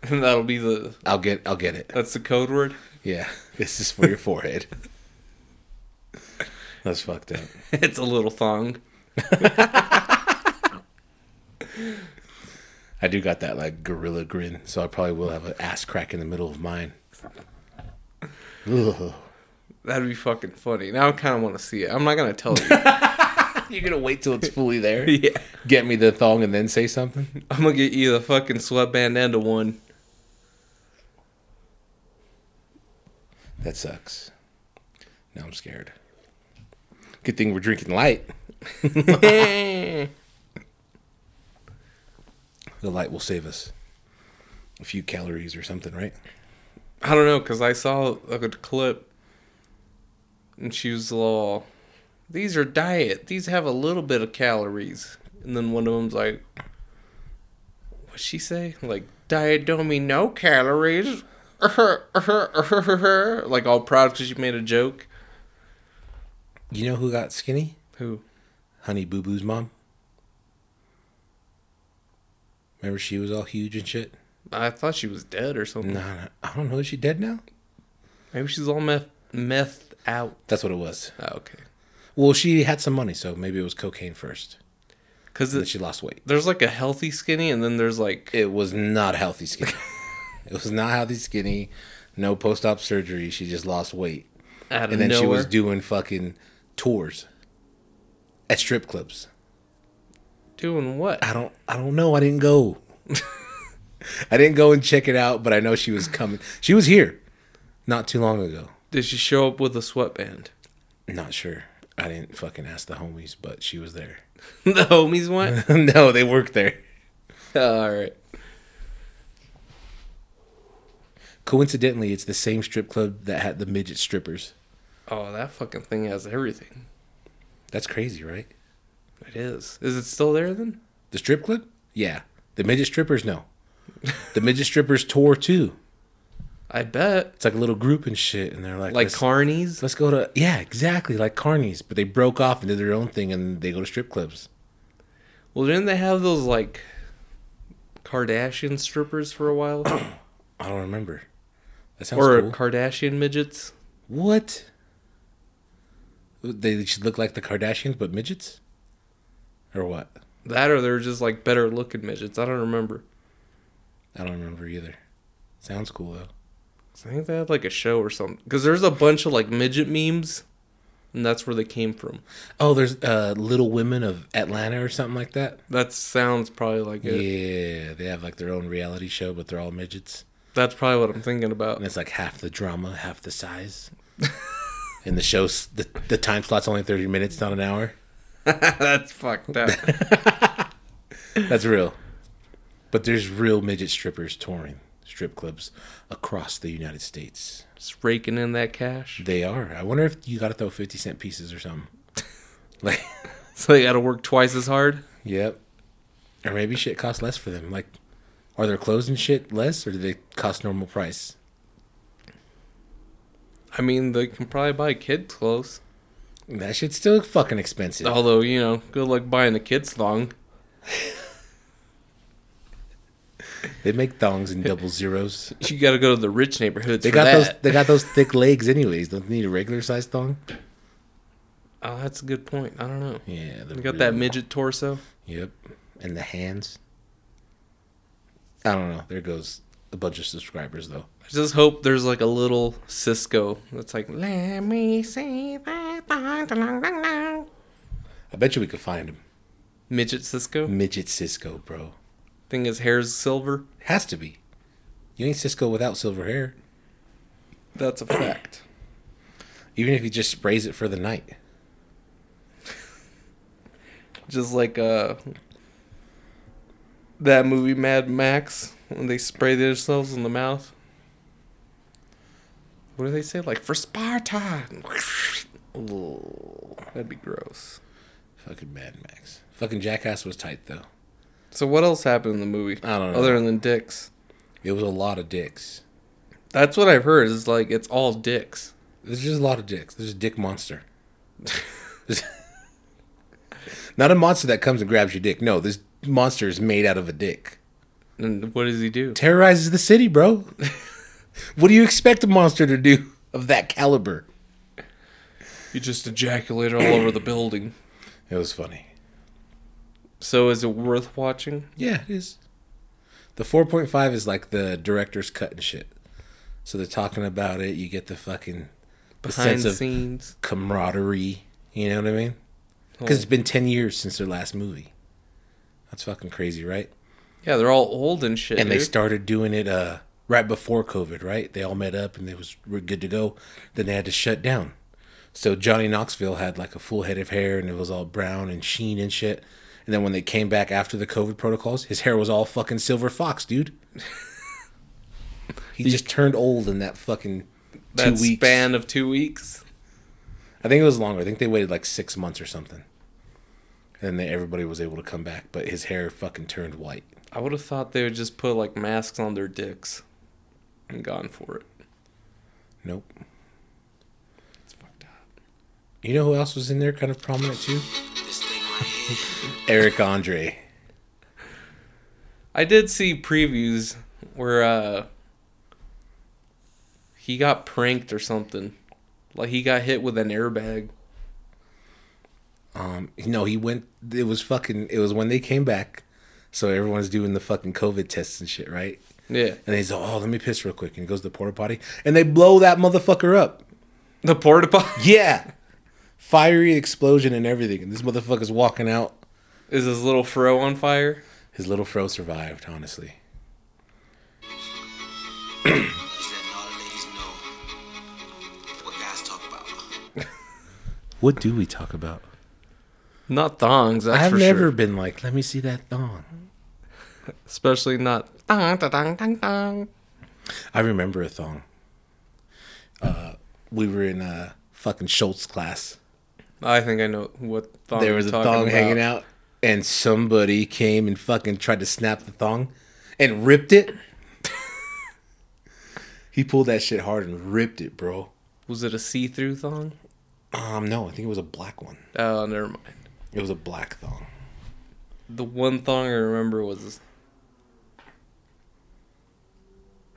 S2: And that'll be the
S1: I'll get I'll get it.
S2: that's the code word.
S1: Yeah. This is for your forehead. That's fucked up.
S2: It's a little thong.
S1: I do got that like gorilla grin, so I probably will have an ass crack in the middle of mine. Ugh.
S2: That'd be fucking funny. Now I kind of want to see it. I'm not gonna tell you.
S1: You're gonna wait till it's fully there.
S2: yeah,
S1: Get me the thong and then say something.
S2: I'm gonna get you the fucking sweatband and a one.
S1: That sucks. Now I'm scared. Good thing we're drinking light.
S2: That's
S1: The light will save us a few calories or something, right?
S2: I don't know, cause I saw a good clip, and she was all, "These are diet. These have a little bit of calories." And then one of them's like, "What'd she say? Like diet don't mean no calories." like all proud because you made a joke.
S1: You know who got skinny?
S2: Who?
S1: Honey Boo Boo's mom. Remember she was all huge and shit?
S2: I thought she was dead or something.
S1: Nah, nah, I don't know. Is she dead now?
S2: Maybe she's all meth meth out.
S1: That's what it was.
S2: Oh, okay.
S1: Well, she had some money, so maybe it was cocaine first.
S2: Cause
S1: And then
S2: it,
S1: she lost weight.
S2: there's like a healthy skinny, and then there's like
S1: It was not healthy skinny. it was not healthy skinny. No post op surgery. She just lost weight.
S2: out of
S1: And then
S2: nowhere.
S1: she was doing fucking tours at strip clubs.
S2: doing what?
S1: I don't I don't know. I didn't go. I didn't go and check it out, but I know she was coming. She was here not too long ago.
S2: Did she show up with a sweatband?
S1: Not sure. I didn't fucking ask the homies, but she was there.
S2: the homies went.
S1: no, they work there.
S2: All right.
S1: Coincidentally, it's the same strip club that had the midget strippers.
S2: Oh, that fucking thing has everything.
S1: That's crazy, right?
S2: It is. Is it still there then?
S1: The strip club? Yeah. The midget strippers? No. The midget strippers tour too.
S2: I bet.
S1: It's like a little group and shit, and they're like,
S2: Like
S1: "Let's-
S2: carnies.
S1: Let's go to yeah, exactly like Carney's, but they broke off and did their own thing, and they go to strip clubs.
S2: Well, didn't they have those like Kardashian strippers for a while?
S1: I don't remember. That sounds
S2: Or
S1: cool.
S2: Kardashian midgets?
S1: What? They should look like the Kardashians, but midgets? Or what?
S2: That or they're just like better looking midgets. I don't remember.
S1: I don't remember either. Sounds cool though.
S2: 'Cause I think they had like a show or something. Because there's a bunch of like midget memes, and that's where they came from.
S1: Oh, there's uh, Little Women of Atlanta or something like that.
S2: That sounds probably like
S1: Yeah.
S2: it.
S1: they have like their own reality show, but they're all midgets,
S2: That's probably what I'm thinking about.
S1: and it's like half the drama, half the size. and the show's the, the time slot's only thirty minutes, not an hour.
S2: that's fucked up.
S1: That's real. But there's real midget strippers touring strip clubs across the United States.
S2: just raking in that cash.
S1: They are. I wonder if you got to throw 50 cent pieces or something. Like,
S2: So they got to work twice as hard.
S1: yep. Or maybe shit costs less for them. Like, are their clothes and shit less or do they cost normal price?
S2: I mean, they can probably buy kid clothes.
S1: That shit's still fucking expensive.
S2: Although, you know, good luck buying a kid's thong.
S1: They make thongs and double zeros.
S2: You got to go to the rich neighborhoods
S1: They
S2: for
S1: got
S2: that.
S1: those they got those thick legs anyways. Don't they need a regular sized thong?
S2: Oh, that's a good point. I don't know.
S1: Yeah,
S2: You got that
S1: midget.
S2: midget torso.
S1: Yep. And the hands. I don't know. There goes a bunch of subscribers though.
S2: I just hope there's like a little Cisco that's like, let me see that thong, dong, dong, dong."
S1: I bet you we could find him.
S2: Midget Cisco.
S1: Midget Cisco, bro.
S2: Thing his hair's silver.
S1: Has to be. You ain't Cisco without silver hair.
S2: That's a fact.
S1: Even if he just sprays it for the night.
S2: just like uh that movie Mad Max when they spray themselves in the mouth. What do they say? Like for Sparta. Ooh, That'd be gross.
S1: Fucking Mad Max. Fucking Jackass was tight though.
S2: So what else happened in the movie?
S1: I don't know.
S2: Other than dicks.
S1: It was a lot of dicks.
S2: That's what I've heard. Is like it's all dicks.
S1: There's just a lot of dicks. There's a dick monster. Not a monster that comes and grabs your dick. No, this monster is made out of a dick.
S2: And what does he do?
S1: terrorizes the city, bro. what do you expect a monster to do of that caliber?
S2: He just ejaculated all over the building.
S1: It was funny.
S2: So is it worth watching?
S1: Yeah, it is. The 4.5 is like the director's cut and shit. So they're talking about it. You get the fucking the
S2: Behind
S1: sense
S2: the
S1: of
S2: scenes.
S1: camaraderie. You know what I mean? Because it's been 10 years since their last movie. That's fucking crazy, right?
S2: Yeah, they're all old and shit.
S1: And they
S2: dude.
S1: started doing it uh, right before COVID, right? They all met up and they was were good to go. Then they had to shut down. So Johnny Knoxville had like a full head of hair and it was all brown and sheen and shit. And then when they came back after the COVID protocols, his hair was all fucking silver fox, dude. he just turned old in that fucking
S2: that
S1: two weeks.
S2: span of two weeks.
S1: I think it was longer. I think they waited like six months or something. And then everybody was able to come back, but his hair fucking turned white.
S2: I would have thought they would just put like masks on their dicks and gone for it.
S1: Nope.
S2: It's fucked up.
S1: You know who else was in there kind of prominent too?
S3: This thing right here.
S1: Eric Andre.
S2: I did see previews where uh he got pranked or something. Like he got hit with an airbag.
S1: Um, no, he went. It was fucking. It was when they came back, so everyone's doing the fucking COVID tests and shit, right?
S2: Yeah.
S1: And he's like, "Oh, let me piss real quick," and he goes to the porta potty, and they blow that motherfucker up.
S2: The porta potty
S1: Yeah, fiery explosion and everything, and this motherfucker's walking out.
S2: is his little fro on fire.
S1: His little fro survived, honestly.
S3: He's letting all the ladies know what guys talk about.
S1: What do we talk about?
S2: Not thongs, that's
S1: I've
S2: for
S1: never
S2: sure.
S1: been like, let me see that thong.
S2: Especially not thong, da, dong, dong, dong.
S1: I remember a thong. Uh, we were in uh, fucking Schultz class.
S2: I think I know what thong
S1: there
S2: you're
S1: was a
S2: talking
S1: thong
S2: about.
S1: hanging out, and somebody came and fucking tried to snap the thong and ripped it. he pulled that shit hard and ripped it, bro.
S2: Was it a see-through thong?
S1: Um, no, I think it was a black one.
S2: Oh, never mind.
S1: It was a black thong.
S2: The one thong I remember was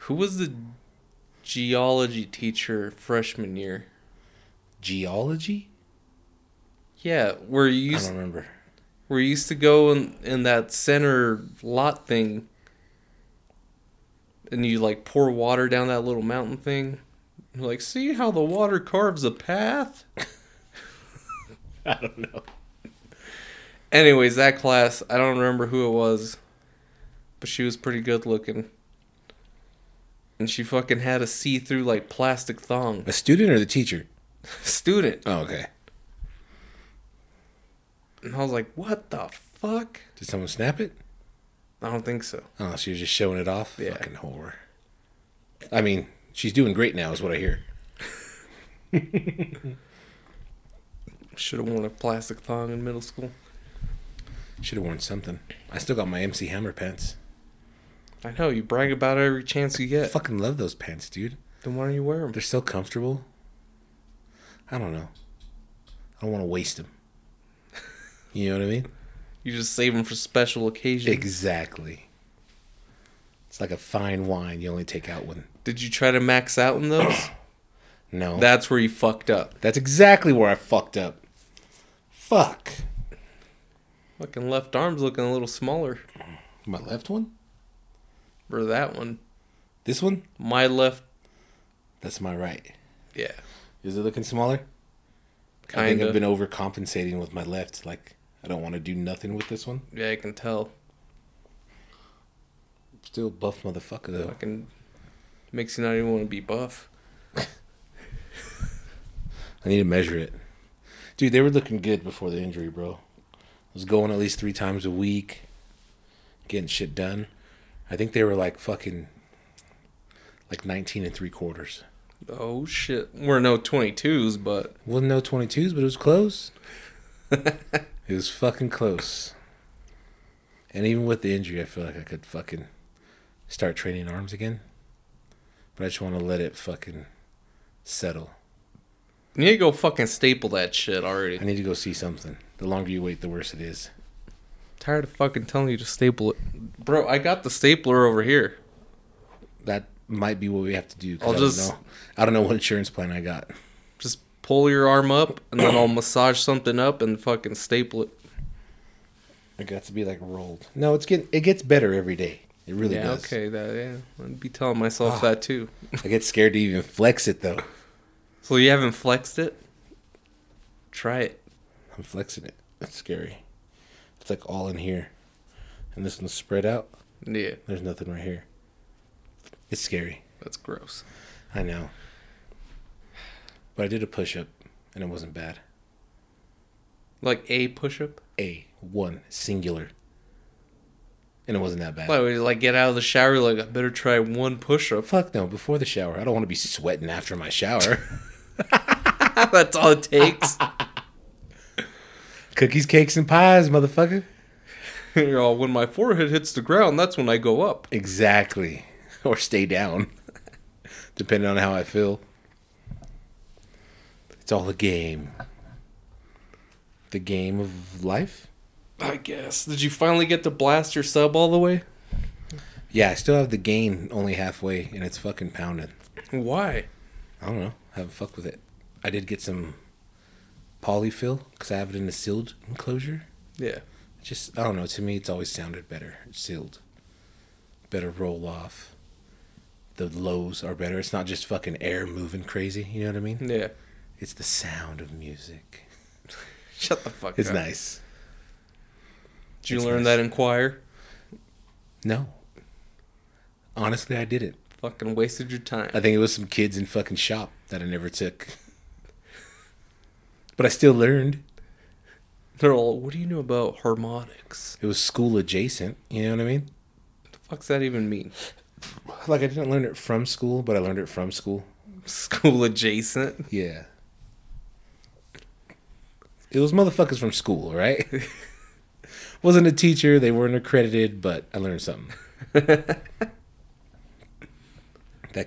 S2: Who was the geology teacher freshman year?
S1: Geology?
S2: Yeah, where you
S1: I
S2: used
S1: don't remember.
S2: where you used to go in in that center lot thing, and you like pour water down that little mountain thing. You're like, see how the water carves a path.
S1: I don't know.
S2: Anyways, that class, I don't remember who it was, but she was pretty good looking. And she fucking had a see through like plastic thong.
S1: A student or the teacher?
S2: Student.
S1: Oh, okay.
S2: And I was like, what the fuck?
S1: Did someone snap it?
S2: I don't think so.
S1: Oh, she was just showing it off.
S2: Yeah.
S1: Fucking whore. I mean, she's doing great now, is what I hear.
S2: Should have worn a plastic thong in middle school.
S1: Should have worn something. I still got my MC Hammer pants.
S2: I know, you brag about it every chance you get.
S1: Fucking love those pants, dude.
S2: Then why don't you wear them?
S1: They're so comfortable. I don't know. I don't want to waste them. You know what I mean?
S2: You just save them for special occasions.
S1: Exactly. It's like a fine wine. You only take out one.
S2: Did you try to max out in those?
S1: No.
S2: That's where you fucked up.
S1: That's exactly where I fucked up. Fuck.
S2: Fucking left arm's looking a little smaller
S1: My left one?
S2: for that one.
S1: This one?
S2: My left,
S1: That's my right.
S2: yeah,
S1: Is it looking smaller? I
S2: kind
S1: think I've
S2: of.
S1: been overcompensating with my left. Like, I don't want to do nothing with this one.
S2: Yeah, I can tell.
S1: Still buff motherfucker, though.
S2: Fucking makes you not even want to be buff.
S1: I need to measure it. Dude, they were looking good before the injury, bro. I was going at least three times a week, getting shit done. I think they were like fucking like 19 and three quarters.
S2: Oh shit, we're no twenty twos, but
S1: Wasn't no 22s, but it was close. it was fucking close. And even with the injury, I feel like I could fucking start training arms again. But I just want to let it fucking settle.
S2: you need to go fucking staple that shit
S1: I
S2: already.
S1: need to go see something. The longer you wait, the worse it is.
S2: tired of fucking telling you to staple it, bro. I got the stapler over here.
S1: that might be what we have to do. 'cause
S2: I'll
S1: I don't
S2: just-
S1: know. I don't know what insurance plan I got.
S2: Just pull your arm up, and then I'll massage something up and fucking staple it.
S1: I got to be like rolled. No, it's getting it gets better every day. It really
S2: yeah,
S1: does.
S2: okay, that yeah. I'd be telling myself that too.
S1: I get scared to even flex it though.
S2: So you haven't flexed it? Try it.
S1: I'm flexing it. That's scary. It's like all in here, and this one's spread out.
S2: Yeah,
S1: There's nothing right here. It's scary.
S2: that's gross.
S1: I know. But I did a push up, and it wasn't bad.
S2: Like a push-up.
S1: A one singular, and it wasn't that bad.
S2: Like, when you, like get out of the shower, you're like I better try one push-up.
S1: Fuck no! Before the shower, I don't want to be sweating after my shower.
S2: that's all it takes.
S1: Cookies, cakes, and pies, motherfucker.
S2: you know, when my forehead hits the ground, that's when I go up.
S1: Exactly. Or stay down, depending on how I feel. It's all a game. The game of life?
S2: I guess. Did you finally get to blast your sub all the way?
S1: Yeah, I still have the gain only halfway, and it's fucking pounding.
S2: Why?
S1: I don't know. Haven't fucked with it. I did get some polyfill because I have it in a sealed enclosure.
S2: Yeah.
S1: Just, I don't know. To me, it's always sounded better sealed. Better roll off. The lows are better. It's not just fucking air moving crazy. You know what I mean?
S2: Yeah.
S1: It's the sound of music.
S2: Shut the fuck
S1: It's
S2: up.
S1: nice.
S2: Did you
S1: it's
S2: learn
S1: nice.
S2: that in choir?
S1: No. Honestly, I didn't.
S2: Fucking wasted your time.
S1: I think it was some kids in fucking shop that I never took. But I still learned.
S2: They're all, what do you know about harmonics?
S1: It was school adjacent. You know what I mean?
S2: What the fuck's that even mean?
S1: Like, I didn't learn it from school, but I learned it from school.
S2: School adjacent?
S1: Yeah. It was motherfuckers from school, right? Wasn't a teacher, they weren't accredited, but I learned something. that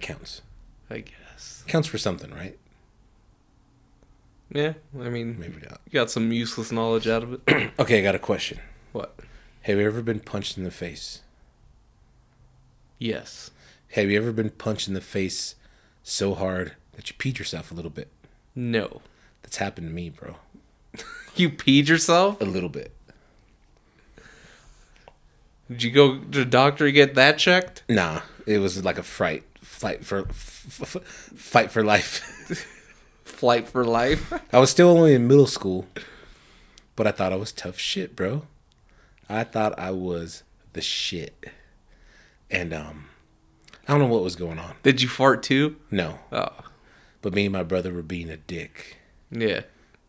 S1: counts.
S2: I guess.
S1: Counts for something, right?
S2: Yeah, I mean,
S1: Maybe not.
S2: you got some useless knowledge out of it.
S1: Okay, I got a question.
S2: what?
S1: Have you ever been punched in the face?
S2: Yes.
S1: Have you ever been punched in the face so hard that you peed yourself a little bit?
S2: No.
S1: That's happened to me, bro.
S2: You peed yourself?
S1: A little bit.
S2: Did you go to the doctor to get that checked?
S1: Nah, it was like a fright, fight for, f- f- fight for life.
S2: Flight for life?
S1: I was still only in middle school, but I thought I was tough shit, bro. I thought I was the shit, and um, I don't know what was going on.
S2: Did you fart too?
S1: No,
S2: Oh,
S1: but me and my brother were being a dick
S2: yeah.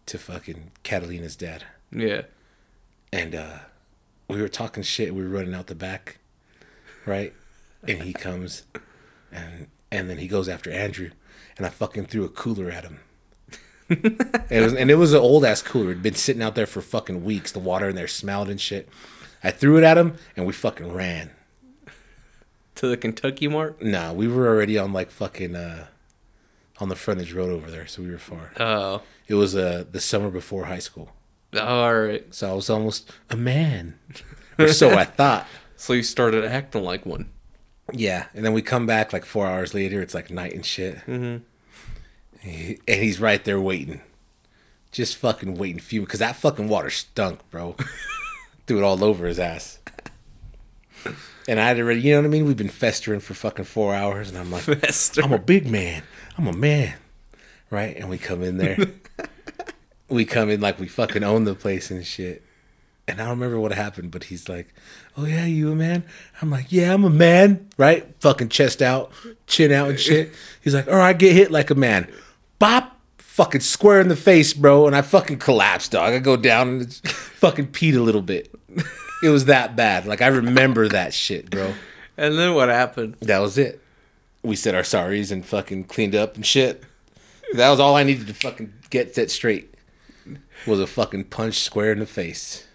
S1: to fucking Catalina's dad,
S2: Yeah.
S1: and uh, we were talking shit. We were running out the back, right? And he comes, and and then he goes after Andrew, and I fucking threw a cooler at him. And it was, and it was an old ass cooler. It'd been sitting out there for fucking weeks. The water in there smelled and shit. I threw it at him, and we fucking ran.
S2: To the Kentucky Mart?
S1: Nah, we were already on like fucking uh, on the frontage road over there, so we were far.
S2: Oh.
S1: It was uh the summer before high school,
S2: All right.
S1: so I was almost a man, or so I thought.
S2: So you started acting like one.
S1: Yeah, and then we come back like four hours later. It's like night and shit, mm-hmm. and he's right there waiting, just fucking waiting for you because that fucking water stunk, bro. Threw it all over his ass, and I had already, you know what I mean. We've been festering for fucking four hours, and I'm like,
S2: Fester.
S1: I'm a big man. I'm a man. Right? And we come in there. we come in like we fucking own the place and shit. And I don't remember what happened, but he's like, Oh yeah, you a man? I'm like, Yeah, I'm a man. Right? Fucking chest out, chin out and shit. He's like, All right, get hit like a man. Bop. Fucking square in the face, bro, and I fucking collapsed, dog. I go down and it's fucking peed a little bit. It was that bad. Like I remember that shit, bro.
S2: and then what happened?
S1: That was it. We said our sorries and fucking cleaned up and shit. That was all I needed to fucking get that straight. Was a fucking punch square in the face.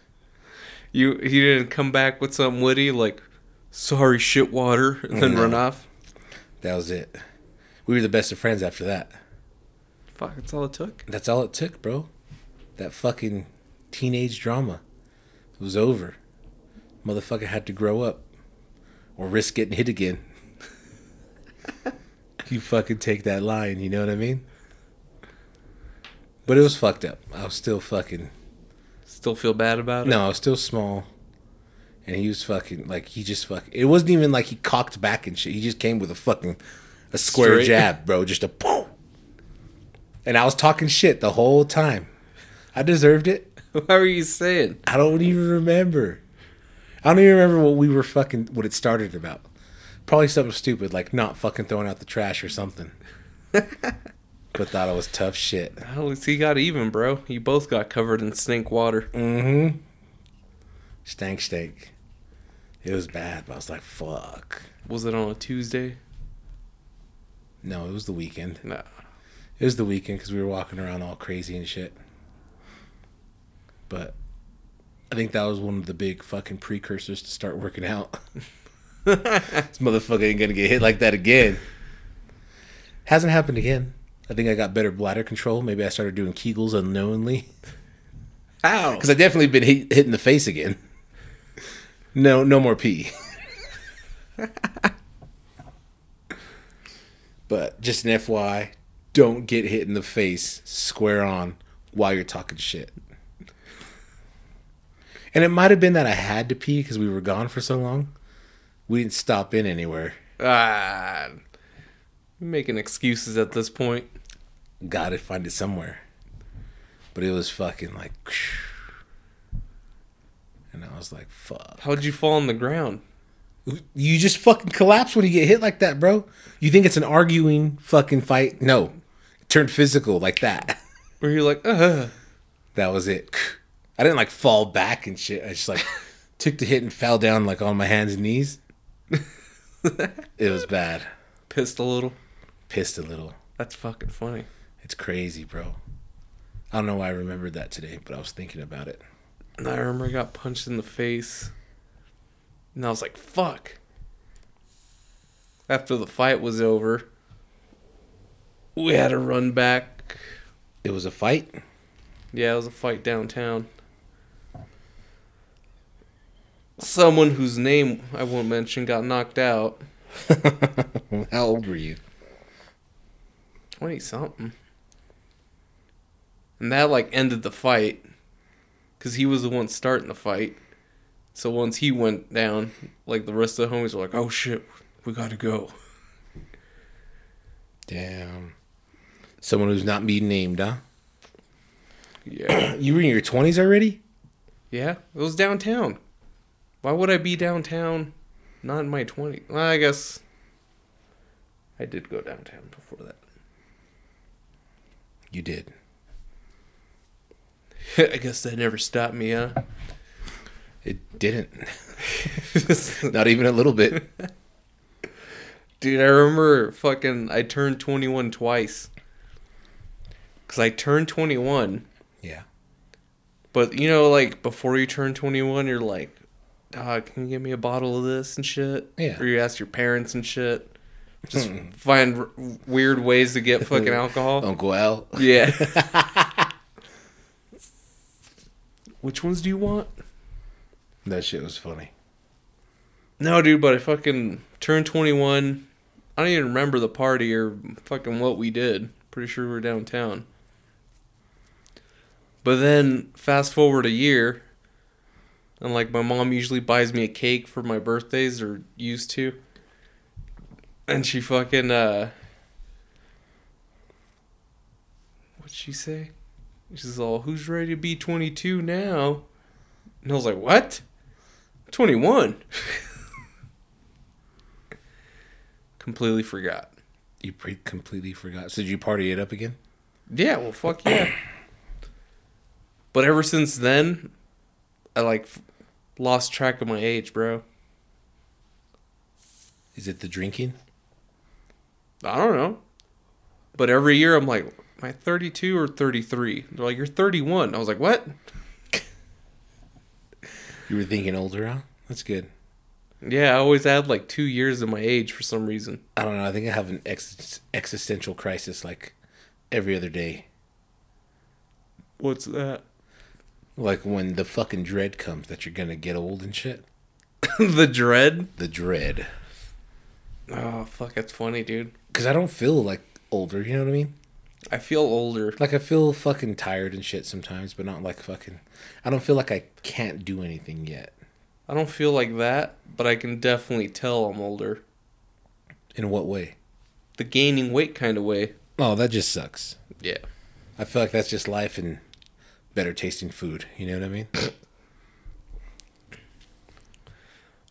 S2: You you didn't come back with something witty like, sorry, shit water, and then run off?
S1: That was it. We were the best of friends after that.
S2: Fuck, that's all it took.
S1: That's all it took, bro. That fucking teenage drama it was over. Motherfucker had to grow up or risk getting hit again. you fucking take that line, you know what I mean? But it was fucked up. I was still fucking
S2: Still feel bad about it?
S1: No, I was still small. And he was fucking like he just fuck. It wasn't even like he cocked back and shit. He just came with a fucking a square
S2: Straight.
S1: jab, bro. Just a poof. And I was talking shit the whole time. I deserved it.
S2: What were you saying?
S1: I don't even remember. I don't even remember what we were fucking what it started about. Probably something stupid like not fucking throwing out the trash or something. but thought I was tough shit.
S2: At least he got even, bro. You both got covered in stink water.
S1: Mm-hmm. Stank stank. It was bad, but I was like, fuck.
S2: Was it on a Tuesday?
S1: No, it was the weekend.
S2: No.
S1: It was the weekend because we were walking around all crazy and shit. But I think that was one of the big fucking precursors to start working out. this motherfucker ain't gonna get hit like that again. Hasn't happened again. I think I got better bladder control. Maybe I started doing Kegels unknowingly.
S2: How?
S1: Because I definitely been hit, hit in the face again. No, no more pee. but just an FY, don't get hit in the face square on while you're talking shit. And it might have been that I had to pee because we were gone for so long. We didn't stop in anywhere.
S2: Ah, making excuses at this point.
S1: Gotta find it somewhere. But it was fucking like, and I was like, fuck.
S2: How'd you fall on the ground?
S1: You just fucking collapse when you get hit like that, bro. You think it's an arguing fucking fight? No. Turn physical like that.
S2: Were you like, uh
S1: That was it. I didn't like fall back and shit. I just like took the hit and fell down like on my hands and knees. it was bad.
S2: pissed a little?
S1: Pissed a little.
S2: That's fucking funny.
S1: It's crazy, bro. I don't know why I remembered that today, but I was thinking about it.
S2: And I remember I got punched in the face. And I was like, fuck. After the fight was over, we had to run back.
S1: It was a fight.
S2: Yeah, it was a fight downtown. Someone whose name I won't mention got knocked out.
S1: How old were you?
S2: Twenty something. And that like ended the fight, cause he was the one starting the fight. So once he went down, like the rest of the homies were like, "Oh shit, we gotta go."
S1: Damn. Someone who's not being named, huh?
S2: Yeah,
S1: You were in your 20s already?
S2: yeah. It was downtown. Why would I be downtown? Not in my twenty. Well, I guess I did go downtown before that.
S1: You did.
S2: I guess that never stopped me, huh?
S1: It didn't. Not even a little bit.
S2: Dude, I remember fucking I turned 21 twice. Cuz I turned 21,
S1: Yeah.
S2: but you know like before you turn 21, you're like, "Dog, can you give me a bottle of this and shit?"
S1: Yeah.
S2: Or you ask your parents and shit. Just find r- weird ways to get fucking alcohol.
S1: Uncle Al.
S2: Yeah. Which ones do you want?
S1: That shit was funny.
S2: No, dude, but I fucking turned 21. I don't even remember the party or fucking what we did. Pretty sure we were downtown. But then, fast forward a year, and like my mom usually buys me a cake for my birthdays or used to. And she fucking, uh. What'd she say? She's all, who's ready to be 22 now? And I was like, what? 21. Completely forgot.
S1: You pre- completely forgot. So did you party it up again?
S2: Yeah, well, fuck yeah. but ever since then, I like f- lost track of my age, bro.
S1: Is it the drinking?
S2: I don't know. But every year I'm like, am I 32 or 33? They're like, you're 31. I was like, what?
S1: You were thinking older, huh? That's good.
S2: Yeah, I always add like two years of my age for some reason.
S1: I don't know. I think I have an ex- existential crisis like every other day.
S2: What's that?
S1: Like when the fucking dread comes that you're gonna get old and shit.
S2: the dread?
S1: The dread.
S2: Oh, fuck, that's funny, dude.
S1: Because I don't feel like older, you know what I mean?
S2: I feel older.
S1: Like I feel fucking tired and shit sometimes, but not like fucking. I don't feel like I can't do anything yet.
S2: I don't feel like that, but I can definitely tell I'm older.
S1: In what way?
S2: The gaining weight kind of way.
S1: Oh, that just sucks.
S2: Yeah.
S1: I feel like that's just life and better tasting food. You know what I mean?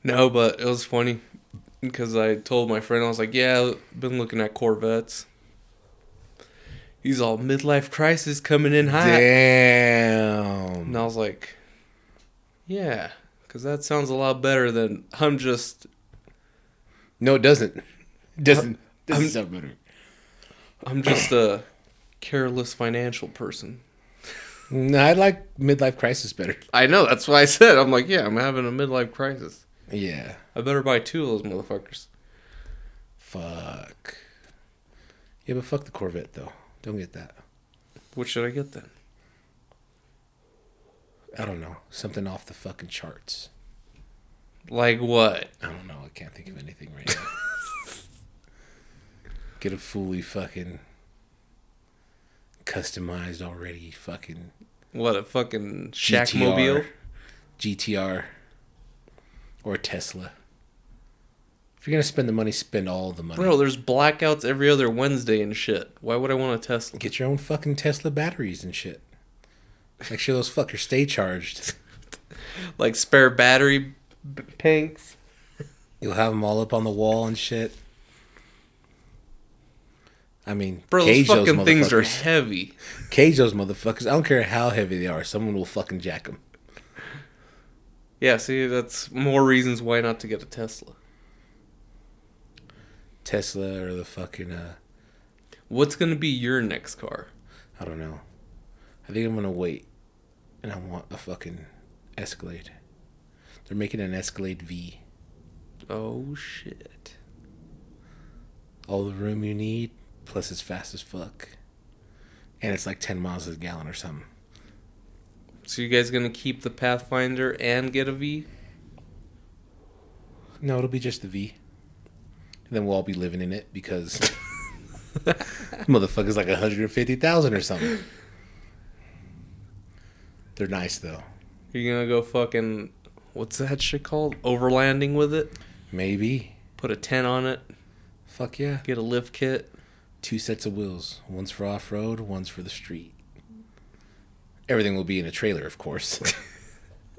S2: No, but it was funny because I told my friend I was like, "Yeah, been looking at Corvettes." He's all midlife crisis coming in hot,
S1: Damn.
S2: and I was like, "Yeah, because that sounds a lot better than I'm just
S1: No, it doesn't. It doesn't.
S2: I'm-
S1: doesn't sound better.
S2: I'm just a careless financial person."
S1: No, I like midlife crisis better.
S2: I know that's why I said I'm like, "Yeah, I'm having a midlife crisis.
S1: Yeah.
S2: I better buy two of those motherfuckers."
S1: Fuck. Yeah, but fuck the Corvette though. Don't get that.
S2: What should I get then?
S1: I don't know. Something off the fucking charts.
S2: Like what?
S1: I don't know. I can't think of anything right now. Get a fully fucking customized already fucking
S2: What a fucking shack
S1: GTR,
S2: mobile.
S1: GTR or Tesla. If you're gonna spend the money, spend all the money.
S2: Bro, there's blackouts every other Wednesday and shit. Why would I want a Tesla?
S1: Get your own fucking Tesla batteries and shit. Make sure those fuckers stay charged.
S2: Like spare battery b- tanks.
S1: You'll have them all up on the wall and shit. I mean,
S2: Bro, those
S1: cage those
S2: fucking things are
S1: motherfuckers.
S2: heavy.
S1: Cage those motherfuckers. I don't care how heavy they are. Someone will fucking jack them.
S2: Yeah, see, that's more reasons why not to get a Tesla.
S1: Tesla or the fucking uh,
S2: What's gonna be your next car?
S1: I don't know. I think I'm gonna wait, and I want a fucking Escalade. They're making an Escalade V.
S2: Oh shit.
S1: All the room you need, plus it's fast as fuck, and it's like ten miles a gallon or something.
S2: So you guys gonna keep the Pathfinder and get a V?
S1: No, it'll be just the V. and then we'll all be living in it because motherfuckers like 150,000 or something. They're nice though.
S2: You're gonna go fucking what's that shit called? Overlanding with it.
S1: Maybe.
S2: Put a tent on it.
S1: Fuck yeah.
S2: Get a lift kit.
S1: Two sets of wheels, one's for off-road, one's for the street. Everything will be in a trailer, of course.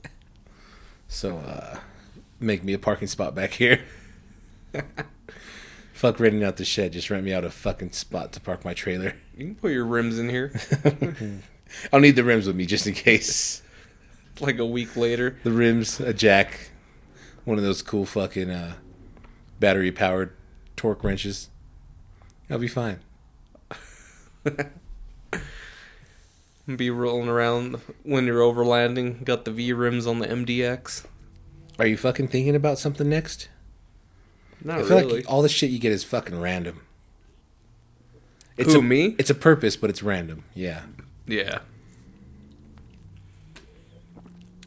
S1: so uh make me a parking spot back here. Fuck renting out the shed, just rent me out a fucking spot to park my trailer.
S2: You can put your rims in here.
S1: I'll need the rims with me just in case.
S2: like a week later.
S1: The rims, a jack, one of those cool fucking uh, battery powered torque wrenches. I'll be fine.
S2: and Be rolling around when you're overlanding. Got the V rims on the MDX.
S1: Are you fucking thinking about something next?
S2: Not
S1: I feel
S2: really.
S1: like all the shit you get is fucking random. It's
S2: Who,
S1: a,
S2: me?
S1: It's a purpose, but it's random. Yeah.
S2: yeah.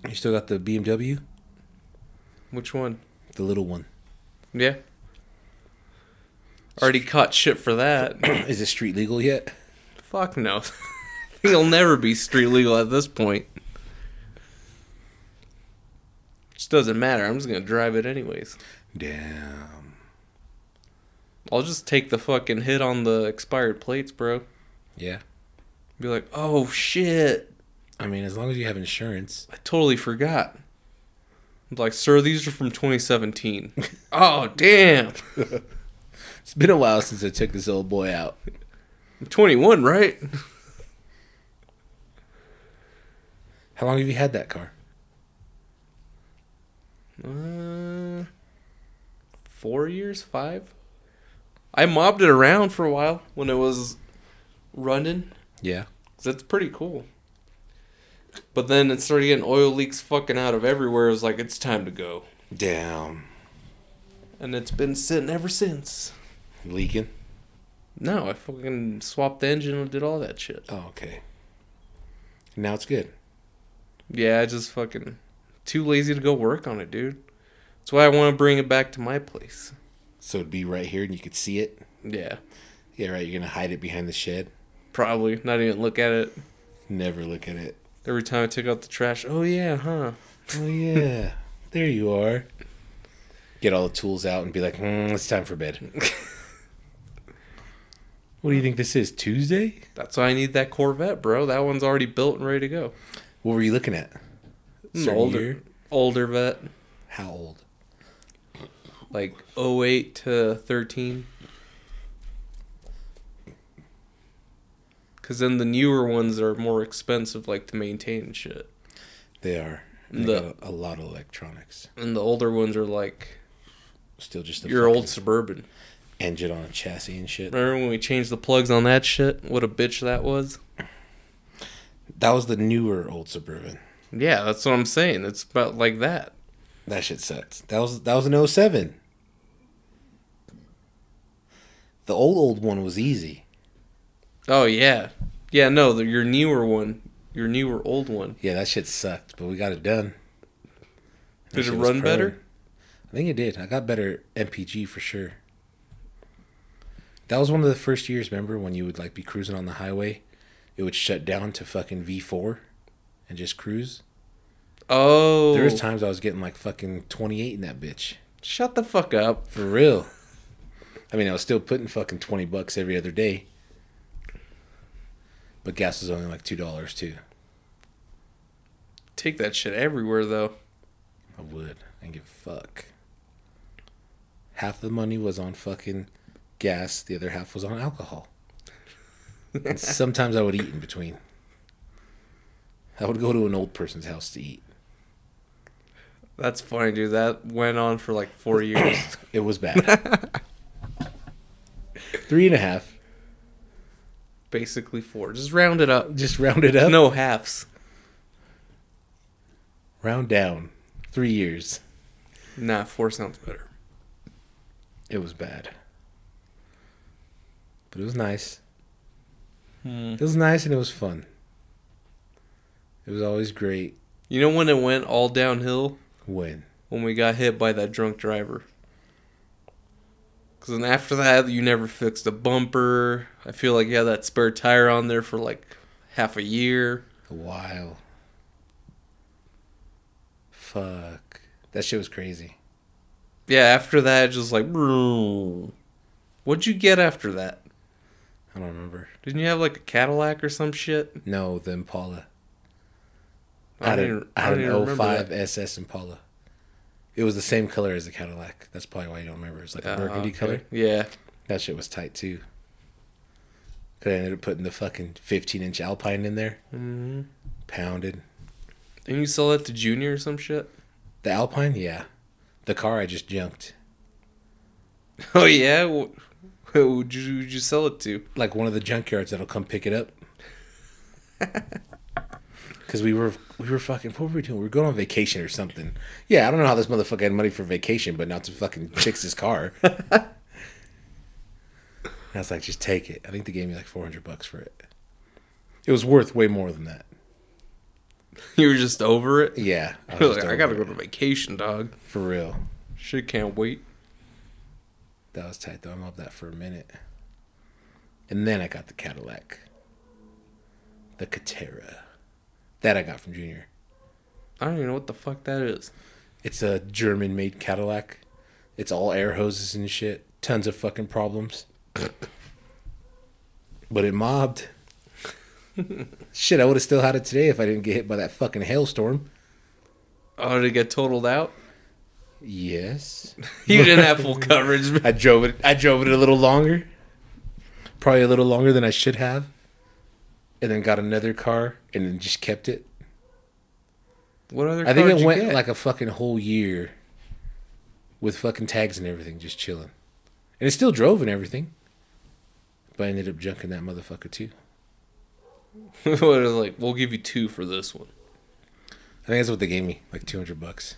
S1: You still got the BMW?
S2: Which one?
S1: The little one.
S2: Yeah. Already caught shit for that.
S1: is it street legal yet?
S2: Fuck no. He'll never be street legal at this point. Just doesn't matter. I'm just gonna drive it anyways.
S1: Damn.
S2: I'll just take the fucking hit on the expired plates, bro.
S1: Yeah.
S2: Be like, oh shit,
S1: I mean, as long as you have insurance.
S2: I totally forgot. I'm like, sir, these are from 2017. oh damn,
S1: It's been a while since I took this old boy out.
S2: I'm 21, right?
S1: How long have you had that car?
S2: Uh, four years, five. I mobbed it around for a while when it was running.
S1: Yeah.
S2: That's pretty cool. But then it started getting oil leaks fucking out of everywhere. It was like, it's time to go.
S1: Damn.
S2: And it's been sitting ever since.
S1: Leaking?
S2: No, I fucking swapped the engine and did all that shit.
S1: Oh, okay. Now it's good.
S2: Yeah, I just fucking too lazy to go work on it, dude. That's why I want to bring it back to my place.
S1: So it'd be right here and you could see it.
S2: Yeah,
S1: Yeah, right. You're going to hide it behind the shed.
S2: probably. Not even look at it.
S1: Never look at it.
S2: Every time I took out the trash, oh yeah, huh?
S1: Oh, yeah. there you are. Get all the tools out and be like, hmm, it's time for bed. what do you think this is? Tuesday?
S2: That's why I need that Corvette, bro. That one's already built and ready to go.
S1: What were you looking at?
S2: An
S1: Certain
S2: Hmm, older,
S1: year?
S2: older vet.
S1: How old?
S2: like 08 to 13 because then the newer ones are more expensive like to maintain and shit
S1: They are. They
S2: The-
S1: got a, a lot of electronics.
S2: and the older ones are like
S1: Still just a
S2: your
S1: fucking
S2: old suburban
S1: engine on a chassis and shit.
S2: remember when we changed the plugs on that shit what a bitch that was
S1: That was the newer old Suburban.
S2: yeah that's what i'm saying it's about like that
S1: That shit sucks. That was that was an 07. The old old one was easy.
S2: oh yeah yeah no the, your newer one your newer old one
S1: Yeah, that shit sucked, but we got it done. That
S2: did it
S1: shit was
S2: run better
S1: purring. I think it did. I got better MPG for sure. That was one of the first years, remember, when you would like be cruising on the highway, it would shut down to fucking V4 and just cruise.
S2: oh
S1: There was times I was getting like fucking 28 in that bitch.
S2: shut the fuck up
S1: For real. I mean, I was still putting fucking 20 bucks every other day. But gas was only like $2 too.
S2: take that shit everywhere though
S1: I would. I didn't give a fuck. Half the money was on fucking gas, the other half was on alcohol. and sometimes I would eat in between. I would go to an old person's house to eat.
S2: That's funny, dude. That went on for like four years.
S1: It was bad. Three and a half.
S2: Basically four. Just round it up.
S1: Just round it up.
S2: No halves.
S1: Round down. Three years.
S2: Nah, four sounds better.
S1: It was bad. But it was nice. It was nice and it was fun. It was always great
S2: You know when it went all downhill?
S1: when.
S2: When we got hit by that drunk driver. Because then after that, you never fixed a bumper. I feel like you had that spare tire on there for like half a year.
S1: A while. Fuck. That shit was crazy.
S2: Yeah, after that, it's just like. What'd you get after that?
S1: I don't remember.
S2: Didn't you have like a Cadillac or some shit?
S1: No, the Impala. I
S2: I
S1: had,
S2: don't
S1: a,
S2: even,
S1: I
S2: I
S1: had
S2: don't even
S1: an
S2: remember.
S1: 05
S2: that.
S1: SS Impala. It was the same color as the Cadillac. That's probably why you don't remember. It's like a
S2: Uh,
S1: burgundy
S2: okay.
S1: color.
S2: Yeah.
S1: That shit was tight too. Cause I ended up putting the fucking 15 inch Alpine in there,
S2: Mm-hmm.
S1: pounded.
S2: Didn't you sell that to Junior or some shit?
S1: The Alpine, yeah. The car I just junked.
S2: Oh yeah. Wh- Who would you, would you sell it to?
S1: Like one of the junkyards that'll come pick it up. Cause we were we were fucking what were we doing? We were going on vacation or something. Yeah, I don't know how this motherfucker had money for vacation, but not to fucking fix his car. And I was like, just take it. I think they gave me like four hundred bucks for it. It was worth way more than that.
S2: You were just over it.
S1: Yeah, I,
S2: You're
S1: was
S2: like,
S1: just
S2: I gotta
S1: over
S2: go
S1: it.
S2: to vacation, dog.
S1: for real.
S2: Shit can't wait.
S1: That was tight though. I'm up that for a minute. And then I got the Cadillac. The Catera. That I got from Junior.
S2: I don't even know what the fuck that is.
S1: It's a German made Cadillac. It's all air hoses and shit. Tons of fucking problems. but it mobbed. shit, I would have still had it today if I didn't get hit by that fucking hailstorm.
S2: Oh, did it get totaled out?
S1: Yes.
S2: You didn't have full coverage. man.
S1: I drove it. I drove it a little longer, probably a little longer than I should have, and then got another car and then just kept it.
S2: What other?
S1: I think
S2: car did
S1: it
S2: you
S1: went
S2: get?
S1: like a fucking whole year with fucking tags and everything, just chilling, and it still drove and everything. But I ended up junking that motherfucker too.
S2: What is it like we'll give you two for this one.
S1: I think that's what they gave me, like two hundred bucks.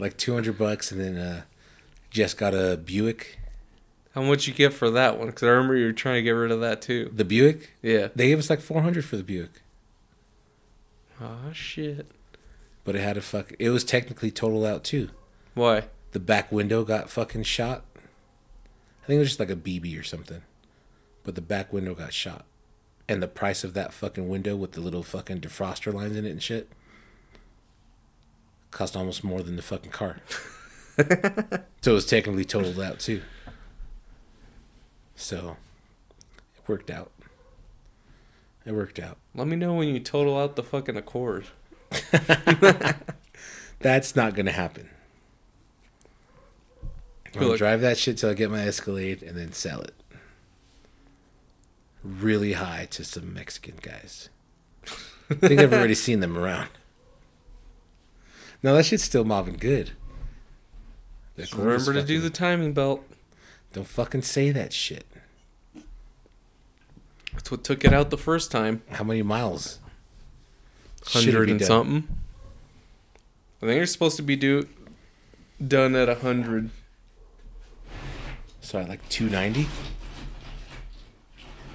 S1: like two hundred bucks, and then uh, just got a Buick.
S2: How much you get for that one? Because I remember you were trying to get rid of that too.
S1: The Buick.
S2: Yeah.
S1: They gave us like four hundred for the Buick.
S2: Ah shit.
S1: but it had a fuck. It was technically total out too.
S2: Why?
S1: The back window got fucking shot. I think it was just like a BB or something, but the back window got shot, and the price of that fucking window with the little fucking defroster lines in it and shit cost almost more than the fucking car. so it was technically totaled out too. So it worked out. It worked out.
S2: Let me know when you total out the fucking Accord.
S1: That's not gonna happen. I'm gonna
S2: Look.
S1: drive that shit till I get my Escalade and then sell it. Really high to some Mexican guys. I think I've already seen them around. No, that shit's still mobbing good. They're
S2: Just
S1: cool as
S2: remember to do the
S1: fucking-
S2: timing belt.
S1: Don't fucking say that shit.
S2: That's what took it out the first time.
S1: How many miles? Should it
S2: Hundred
S1: be
S2: and
S1: done?
S2: something. I think you're supposed to be do done at hundred.
S1: So I like 290.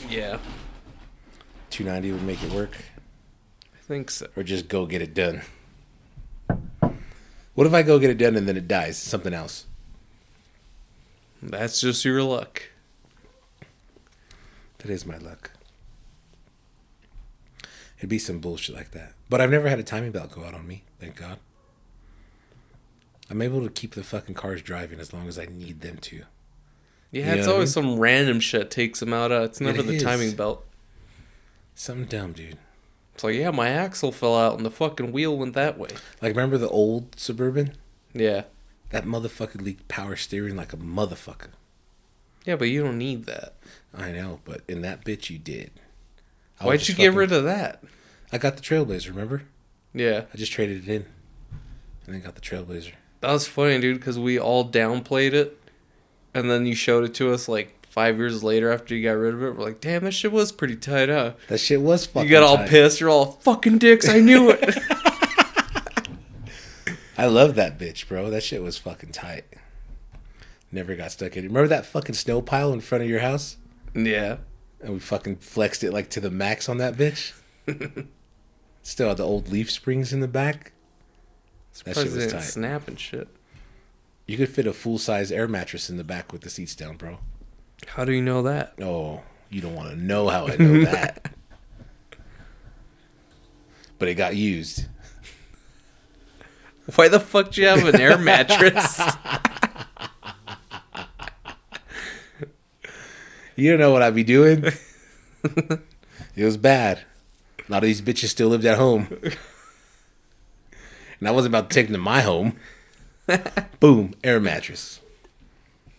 S2: Yeah.
S1: 290 would make it work.
S2: I think so.
S1: Or just go get it done. What if I go get it done and then it dies? Something else.
S2: That's just your luck.
S1: That is my luck. It'd be some bullshit like that. But I've never had a timing belt go out on me, thank God. I'm able to keep the fucking cars driving as long as I need them to.
S2: Yeah,
S1: You
S2: it's
S1: know what I
S2: always some random shit takes them out. Uh, it's never the
S1: is.
S2: timing belt.
S1: Something dumb, dude.
S2: It's like, yeah, my axle fell out and the fucking wheel went that way.
S1: Like, remember the old Suburban?
S2: Yeah.
S1: That motherfucker leaked power steering like a motherfucker.
S2: Yeah, but you don't need that.
S1: I know, but in that bitch, you did. I was
S2: Why'd
S1: just
S2: you get
S1: fucking-
S2: rid of that?
S1: I got the Trailblazer, remember?
S2: Yeah.
S1: I just traded it in. And then got the Trailblazer.
S2: That was funny, dude, because we all downplayed it. And then you showed it to us like five years later after you got rid of it. We're like, damn, that shit was pretty tight, huh?
S1: That shit was fucking.
S2: you got all
S1: tight.
S2: pissed. You're all fucking dicks. I knew it.
S1: I love that bitch, bro. That shit was fucking tight. Never got stuck in it. Remember that fucking snow pile in front of your house?
S2: yeah.
S1: And we fucking flexed it like to the max on that bitch. Still had the old leaf springs in the back. That shit
S2: Surprised it
S1: was
S2: didn't
S1: tight.
S2: Snap and shit.
S1: You could fit a full size air mattress in the back with the seats down, bro.
S2: How do you know that?
S1: Oh, you don't want to know how I know that. But it got used.
S2: Why the fuck do you have an air mattress?
S1: You don't know what I'd be doing. it was bad. A lot of these bitches still lived at home. And I wasn't about to take them to my home. Boom, air mattress.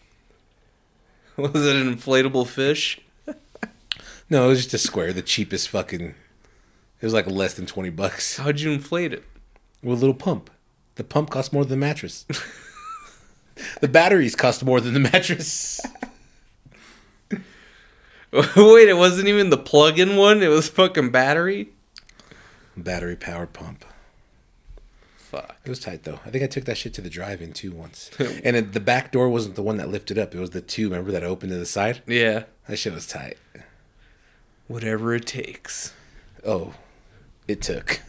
S2: Was it an inflatable fish?
S1: No, it was just a square, the cheapest fucking. It was like less than 20 bucks
S2: How'd you inflate it?
S1: with a little pump. The pump cost more than the mattress. the batteries cost more than the mattress.
S2: Wait, it wasn't even the plug-in one. It was fucking battery.
S1: Battery powered pump.
S2: Fuck.
S1: It was tight though. I think I took that shit to the drive-in too once. and it, the back door wasn't the one that lifted up; it was the two. Remember that opened to the side?
S2: Yeah.
S1: That shit was tight.
S2: Whatever it takes.
S1: Oh, it took.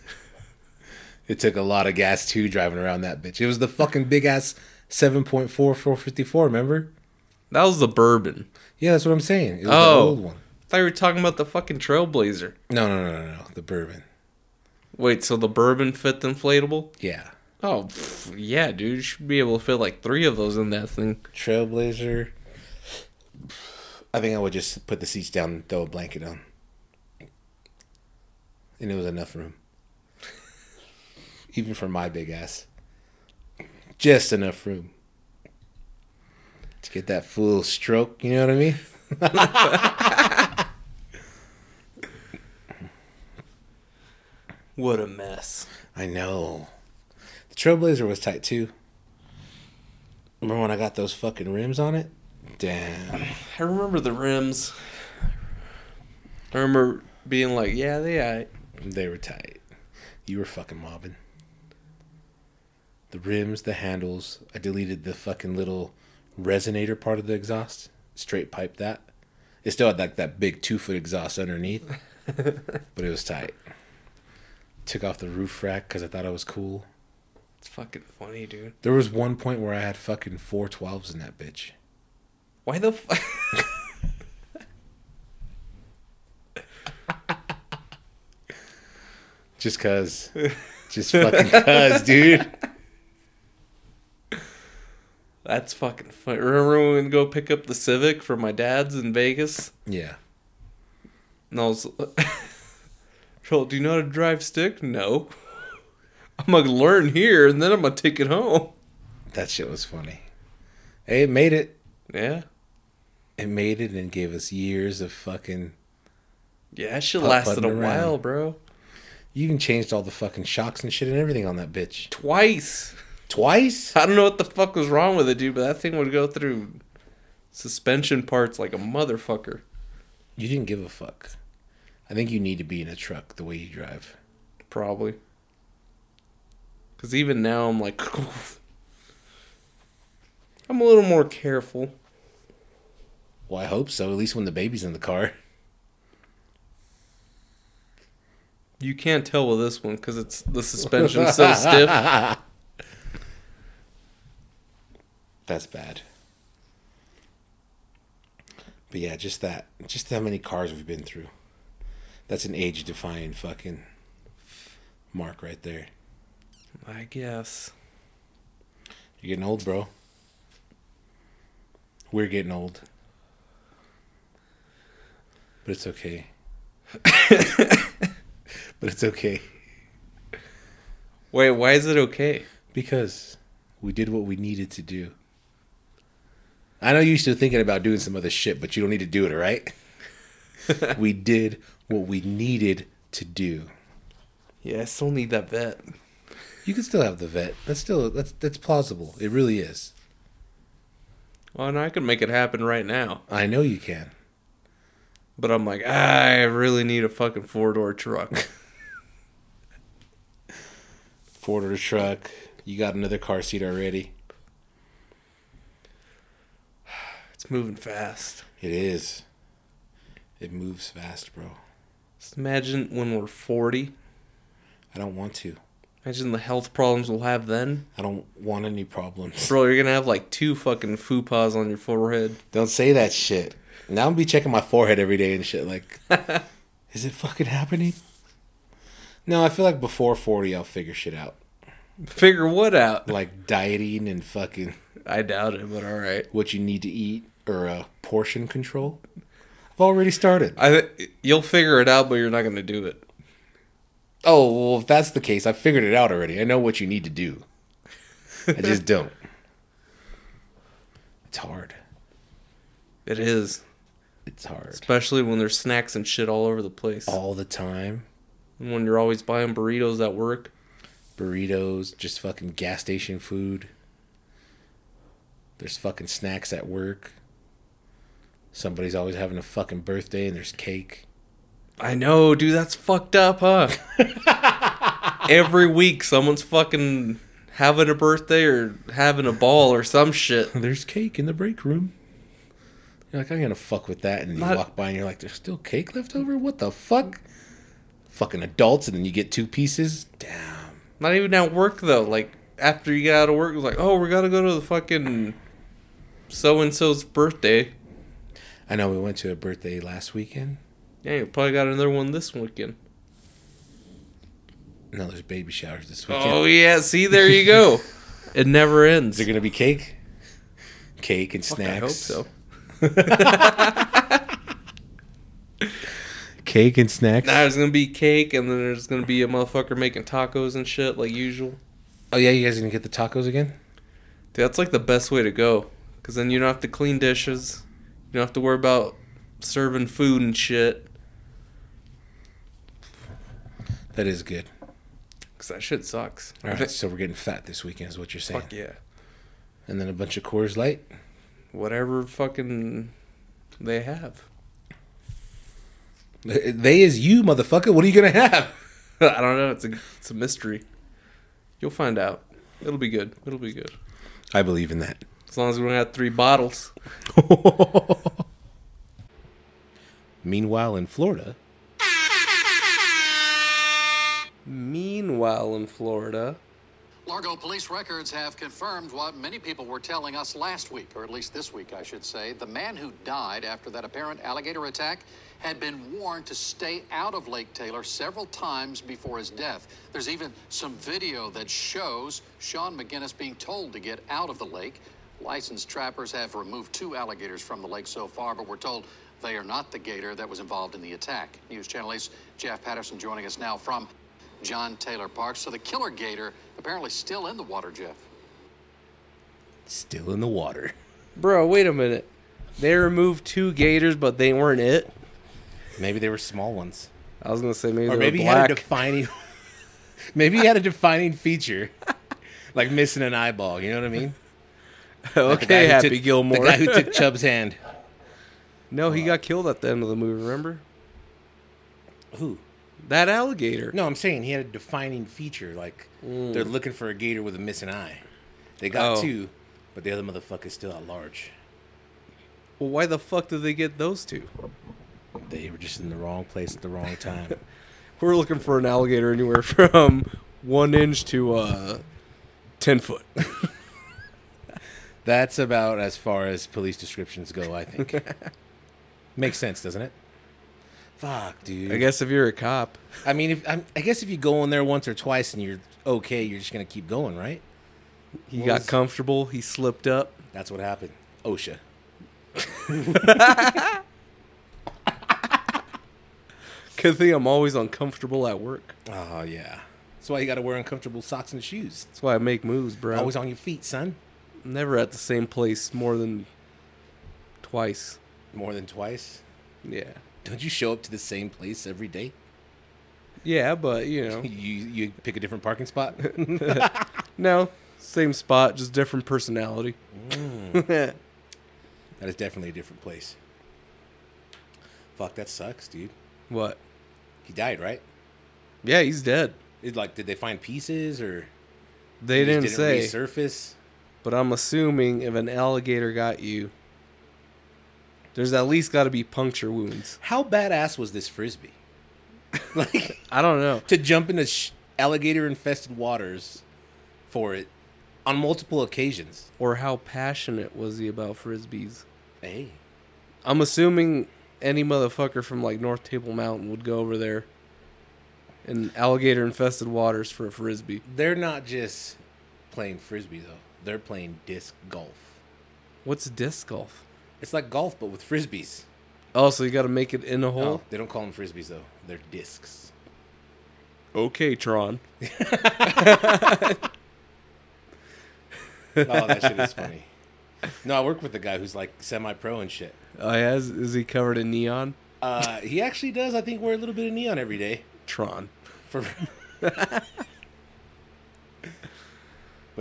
S1: it took a lot of gas too driving around that bitch. It was the fucking big ass seven point four four fifty four. Remember?
S2: That was the bourbon.
S1: Yeah, that's what I'm saying. It was
S2: Oh.
S1: the old one.
S2: I thought you were talking about the fucking Trailblazer.
S1: No, no, no, no, no. The bourbon.
S2: Wait, so the bourbon fit the inflatable?
S1: Yeah,
S2: Oh, pff, yeah, dude. You should be able to fit like three of those in that thing.
S1: Trailblazer. I think I would just put the seats down and throw a blanket on, and it was enough room, even for my big ass. Just enough room to get that full stroke. You know what I mean?
S2: What a mess.
S1: I know. The Trailblazer was tight too. Remember when I got those fucking rims on it? Damn.
S2: I remember the rims. I remember being like, yeah, they aight.
S1: They were tight. You were fucking mobbing. The rims, the handles. I deleted the fucking little resonator part of the exhaust. Straight piped that. It still had like that big two foot exhaust underneath, but it was tight. Took off the roof rack because I thought I was cool.
S2: It's fucking funny, dude.
S1: There was one point where I had fucking four twelves in that bitch.
S2: Why the fuck?
S1: Just cuz. Just fucking cuz, dude.
S2: That's fucking funny. Remember when we would go pick up the Civic from my dad's in Vegas?
S1: Yeah.
S2: And I was Joel, do you know how to drive stick? No. I'm gonna learn here and then I'm gonna take it home.
S1: That shit was funny. Hey, it made it.
S2: Yeah.
S1: It made it and gave us years of fucking
S2: Yeah, that shit
S1: Putt
S2: lasted a
S1: putting around.
S2: while, bro.
S1: You even changed all the fucking shocks and shit and everything on that bitch.
S2: Twice.
S1: Twice?
S2: I don't know what the fuck was wrong with it, dude, but that thing would go through suspension parts like a motherfucker.
S1: You didn't give a fuck. I think you need to be in a truck the way you drive.
S2: Probably. Because even now I'm like, I'm a little more careful.
S1: Well, I hope so, at least when the baby's in the car.
S2: You can't tell with this one because it's the suspension's so stiff.
S1: That's bad. But yeah, just that. Just how many cars we've been through. That's an age defying fucking mark right there.
S2: I guess.
S1: You're getting old, bro. We're getting old. But it's okay. but it's okay.
S2: Wait, why is it okay?
S1: Because we did what we needed to do. I know you're still thinking about doing some other shit, but you don't need to do it, all right? we did what we needed to do.
S2: Yeah, I still need that vet.
S1: You can still have the vet. That's still that's that's plausible. It really is.
S2: Well, and I could make it happen right now,
S1: I know you can.
S2: but I'm like, ah, I really need a fucking four door truck.
S1: Ford or truck. You got another car seat already.
S2: it's moving fast.
S1: It is. It moves fast, bro.
S2: Just imagine when we're 40.
S1: I don't want to.
S2: Imagine the health problems we'll have then.
S1: I don't want any problems.
S2: Bro, you're gonna have like two fucking fupas on your forehead.
S1: Don't say that shit. Now I'm be checking my forehead every day and shit. Like, is it fucking happening? No, I feel like before 40, I'll figure shit out.
S2: Figure what out?
S1: Like dieting and fucking
S2: I doubt it, but alright.
S1: what you need to eat or uh, portion control. I've already started.
S2: I th- you'll figure it out, but you're not gonna do it.
S1: Oh, well, if that's the case, I figured it out already. I know what you need to do. I just don't. It's hard.
S2: It is.
S1: It's hard.
S2: Especially when there's snacks and shit all over the place.
S1: All the time.
S2: And when you're always buying burritos at work.
S1: Burritos, just fucking gas station food. There's fucking snacks at work. Somebody's always having a fucking birthday and there's cake.
S2: I know, dude, that's fucked up, huh? Every week someone's fucking having a birthday or having a ball or some shit.
S1: There's cake in the break room. You're like, I'm gonna fuck with that, and you
S2: Not-
S1: walk by and you're like, there's still cake left over. What the fuck? Fucking adults, and then you get two pieces. Damn.
S2: Not even at work though. Like after you get out of work, it's like, oh, we gotta go to the fucking so and so's birthday.
S1: I know we went to a birthday last weekend.
S2: Yeah, you probably got another one this weekend.
S1: No, there's baby showers this weekend.
S2: Oh yeah, see there you go. it never ends.
S1: Is there gonna be cake? Cake and
S2: Fuck,
S1: snacks.
S2: I hope so.
S1: Cake and snacks.
S2: Nah, there's gonna be cake, and then there's gonna be a motherfucker making tacos and shit like usual.
S1: Oh yeah, you guys gonna get the tacos again?
S2: Dude, that's like the best way to go, cause then you don't have to clean dishes, you don't have to worry about serving food and shit.
S1: That is good.
S2: Cause that shit sucks.
S1: All right, so we're getting fat this weekend, is what you're saying.
S2: Fuck yeah.
S1: And then a bunch of Coors Light.
S2: Whatever fucking they have.
S1: They is you, motherfucker. What are you gonna have?
S2: I don't know. It's a it's a mystery. You'll find out. It'll be good. It'll be good.
S1: I believe in that.
S2: As long as we don't have three bottles.
S1: Meanwhile, in Florida,
S2: Meanwhile, in Florida,
S4: Largo police records have confirmed what many people were telling us last week, or at least this week, I should say. The man who died after that apparent alligator attack had been warned to stay out of Lake Taylor several times before his death. There's even some video that shows Sean McGinnis being told to get out of the lake. Licensed trappers have removed two alligators from the lake so far, but we're told they are not the gator that was involved in the attack. News Channel 8's Jeff Patterson joining us now from John Taylor Park. So the killer gator apparently still in the water, Jeff.
S1: still in the water.
S2: bro. Wait a minute. They removed two gators, but they weren't it.
S1: Maybe they were small ones,
S2: I was gonna say maybe
S1: or
S2: they
S1: maybe
S2: were
S1: he
S2: black.
S1: had a defining. maybe he had a defining feature, like missing an eyeball. You know what I mean? The guy
S2: okay,
S1: who
S2: Happy
S1: took-
S2: Gilmore.
S1: the guy who took Chubb's hand.
S2: no, he got killed at the end of the movie. Remember
S1: Who?
S2: that alligator?
S1: No, I'm saying he had a defining feature. Like they're looking for a gator with a missing eye. They got
S2: Mm. Oh.
S1: two, but the other motherfucker's still at large.
S2: Well, why the fuck did they get those two?
S1: They were just in the wrong place at the wrong time.
S2: We're looking for an alligator anywhere from one inch to uh, ten foot.
S1: That's about as far as police descriptions go, I think. Makes sense, doesn't it? Fuck, dude.
S2: I guess if you're a cop.
S1: I mean, if, I'm- I guess if you go in there once or twice and you're okay, you're just gonna keep going, right?
S2: He
S1: What
S2: got
S1: was-
S2: comfortable. He slipped up.
S1: That's what happened. OSHA.
S2: Good thing I'm always uncomfortable at work.
S1: Oh yeah. That's why you gotta wear uncomfortable socks and shoes.
S2: That's why I make moves, bro.
S1: Always on your feet, son.
S2: Never at the same place more than twice.
S1: More than twice.
S2: Yeah.
S1: Don't you show up to the same place every day?
S2: Yeah, but you know,
S1: You you pick a different parking spot.
S2: no, same spot, just different personality.
S1: that is definitely a different place. Fuck, that sucks, dude.
S2: what?
S1: He died, right?
S2: Yeah, he's dead.
S1: It, like, did they find pieces or
S2: They
S1: just
S2: didn't, say,
S1: resurface?
S2: but I'm assuming if an alligator got you, there's at least got to be puncture wounds.
S1: How badass was this frisbee? like
S2: I don't know.
S1: to jump in a sh- alligator infested waters for it on multiple occasions.
S2: Or how passionate was he about frisbees?
S1: Hey.
S2: I'm assuming any motherfucker from like North Table Mountain would go over there in alligator infested waters for a frisbee.
S1: They're not just playing frisbee though. They're playing disc golf.
S2: What's disc golf?
S1: It's like golf but with frisbees.
S2: Oh, so you got to make it in a hole.
S1: Oh, they don't call them frisbees though. They're discs.
S2: Okay, Tron.
S1: Oh, that shit is funny. No, I work with a guy who's like semi-pro and shit.
S2: Oh, yeah, is, is he covered in neon?
S1: Uh, he actually does, I think, wear a little bit of neon every day.
S2: Tron.
S1: For. but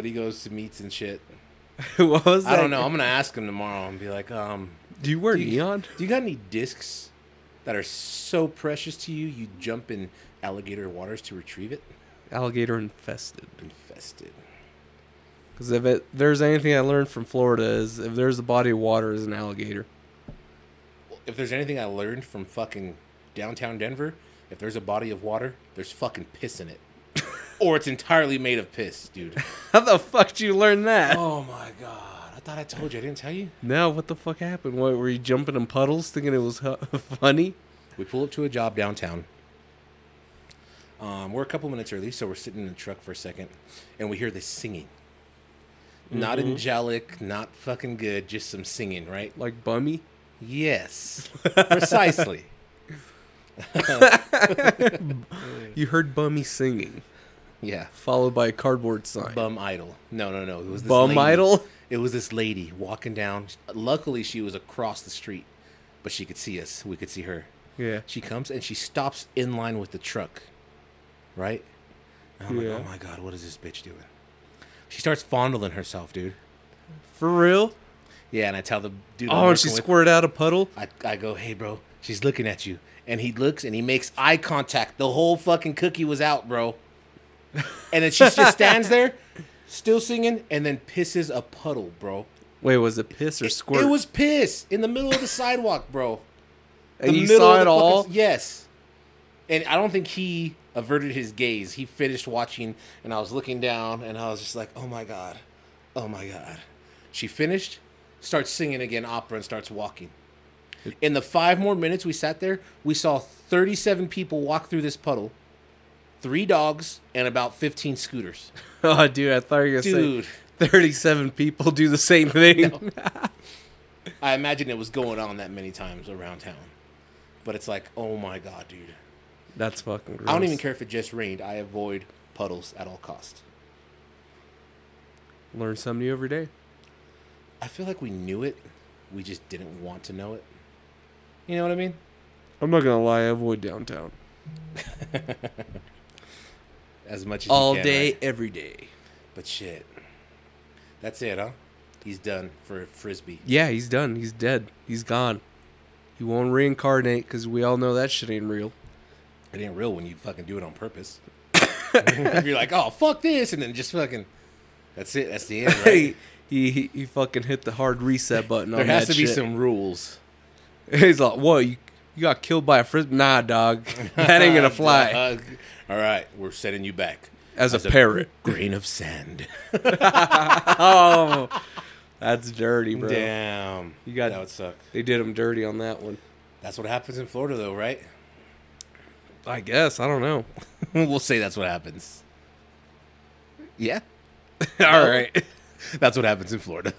S1: he goes to meets and shit.
S2: what was that?
S1: I don't know. I'm gonna ask him tomorrow and be like, um,
S2: Do you wear
S1: do you-
S2: neon?
S1: Do you got any discs that are so precious to you? You jump in alligator waters to retrieve it.
S2: Alligator infested.
S1: Infested.
S2: Because if it, there's anything I learned from Florida is if there's a body of water, is an alligator.
S1: If there's anything I learned from fucking downtown Denver, if there's a body of water, there's fucking piss in it, or it's entirely made of piss, dude.
S2: How the fuck did you learn that?
S1: Oh my god! I thought I told you. I didn't tell you.
S2: Now what the fuck happened? What were you jumping in puddles thinking it was hu- funny?
S1: We pull up to a job downtown. Um, we're a couple minutes early, so we're sitting in the truck for a second, and we hear this singing. Not angelic, not fucking good, just some singing, right?
S2: Like bummy,
S1: Yes, precisely.
S2: you heard bummy singing,
S1: Yeah,
S2: followed by a cardboard sign.
S1: bum idol. No, no, no. It was this
S2: Bum
S1: lady.
S2: idol?
S1: It was this lady walking down. Luckily, she was across the street, but she could see us. We could see her.
S2: Yeah.
S1: She comes and she stops in line with the truck, right? And I'm
S2: Yeah.
S1: like, oh my god, what is this bitch doing? She starts fondling herself, dude.
S2: For real?
S1: Yeah, and I tell the dude. I'm
S2: Oh, and
S1: working
S2: she
S1: with-
S2: squirted out a puddle.
S1: I, I go, hey, bro, she's looking at you, and he looks and he makes eye contact. The whole fucking cookie was out, bro. And then she just stands there, still singing, and then pisses a puddle, bro.
S2: Wait, was it piss or squirt?
S1: It was piss in the middle of the sidewalk, bro.
S2: And
S1: the
S2: you
S1: middle
S2: saw
S1: of the
S2: it all.
S1: fucking- yes. And I don't think he averted his gaze. He finished watching, and I was looking down, and I was just like, "Oh my god, oh my god." She finished, starts singing again opera, and starts walking. In the five more minutes we sat there, we saw thirty-seven people walk through this puddle, three dogs, and about fifteen scooters.
S2: Oh, dude, I thought you were going
S1: Dude.
S2: to say 37 people do the same thing.
S1: I imagine it was going on that many times around town, but it's like, oh my god, dude.
S2: That's fucking gross.
S1: I don't even care if it just rained. I avoid puddles at all costs.
S2: Learn something new every day.
S1: I feel like we knew it. We just didn't want to know it. You know what I mean?
S2: I'm not going to lie, I avoid downtown.
S1: As much as
S2: All
S1: you can,
S2: day,
S1: right?
S2: every day.
S1: But shit. That's it, huh? He's done for frisbee.
S2: Yeah, he's done. He's dead. He's gone. He won't reincarnate because we all know that shit ain't real.
S1: It ain't real when you fucking do it on purpose. if you're like, oh fuck this, and then just fucking, that's it. That's the end, right?
S2: Hey, he, he, he fucking hit the hard reset button on
S1: there has
S2: that
S1: to be
S2: shit.
S1: some rules.
S2: He's like, what? You, you got killed by a frisbee? Nah, dog. That ain't going to fly.
S1: Dog. all right, we're sending you back
S2: As a parrot.
S1: grain of sand.
S2: Oh, that's dirty, bro.
S1: Damn,
S2: You got-
S1: that would suck.
S2: They did him dirty on that one.
S1: That's what happens in Florida, though, right?
S2: I guess. I don't know.
S1: we'll say that's what happens. Yeah,
S2: All right.
S1: that's what happens in Florida.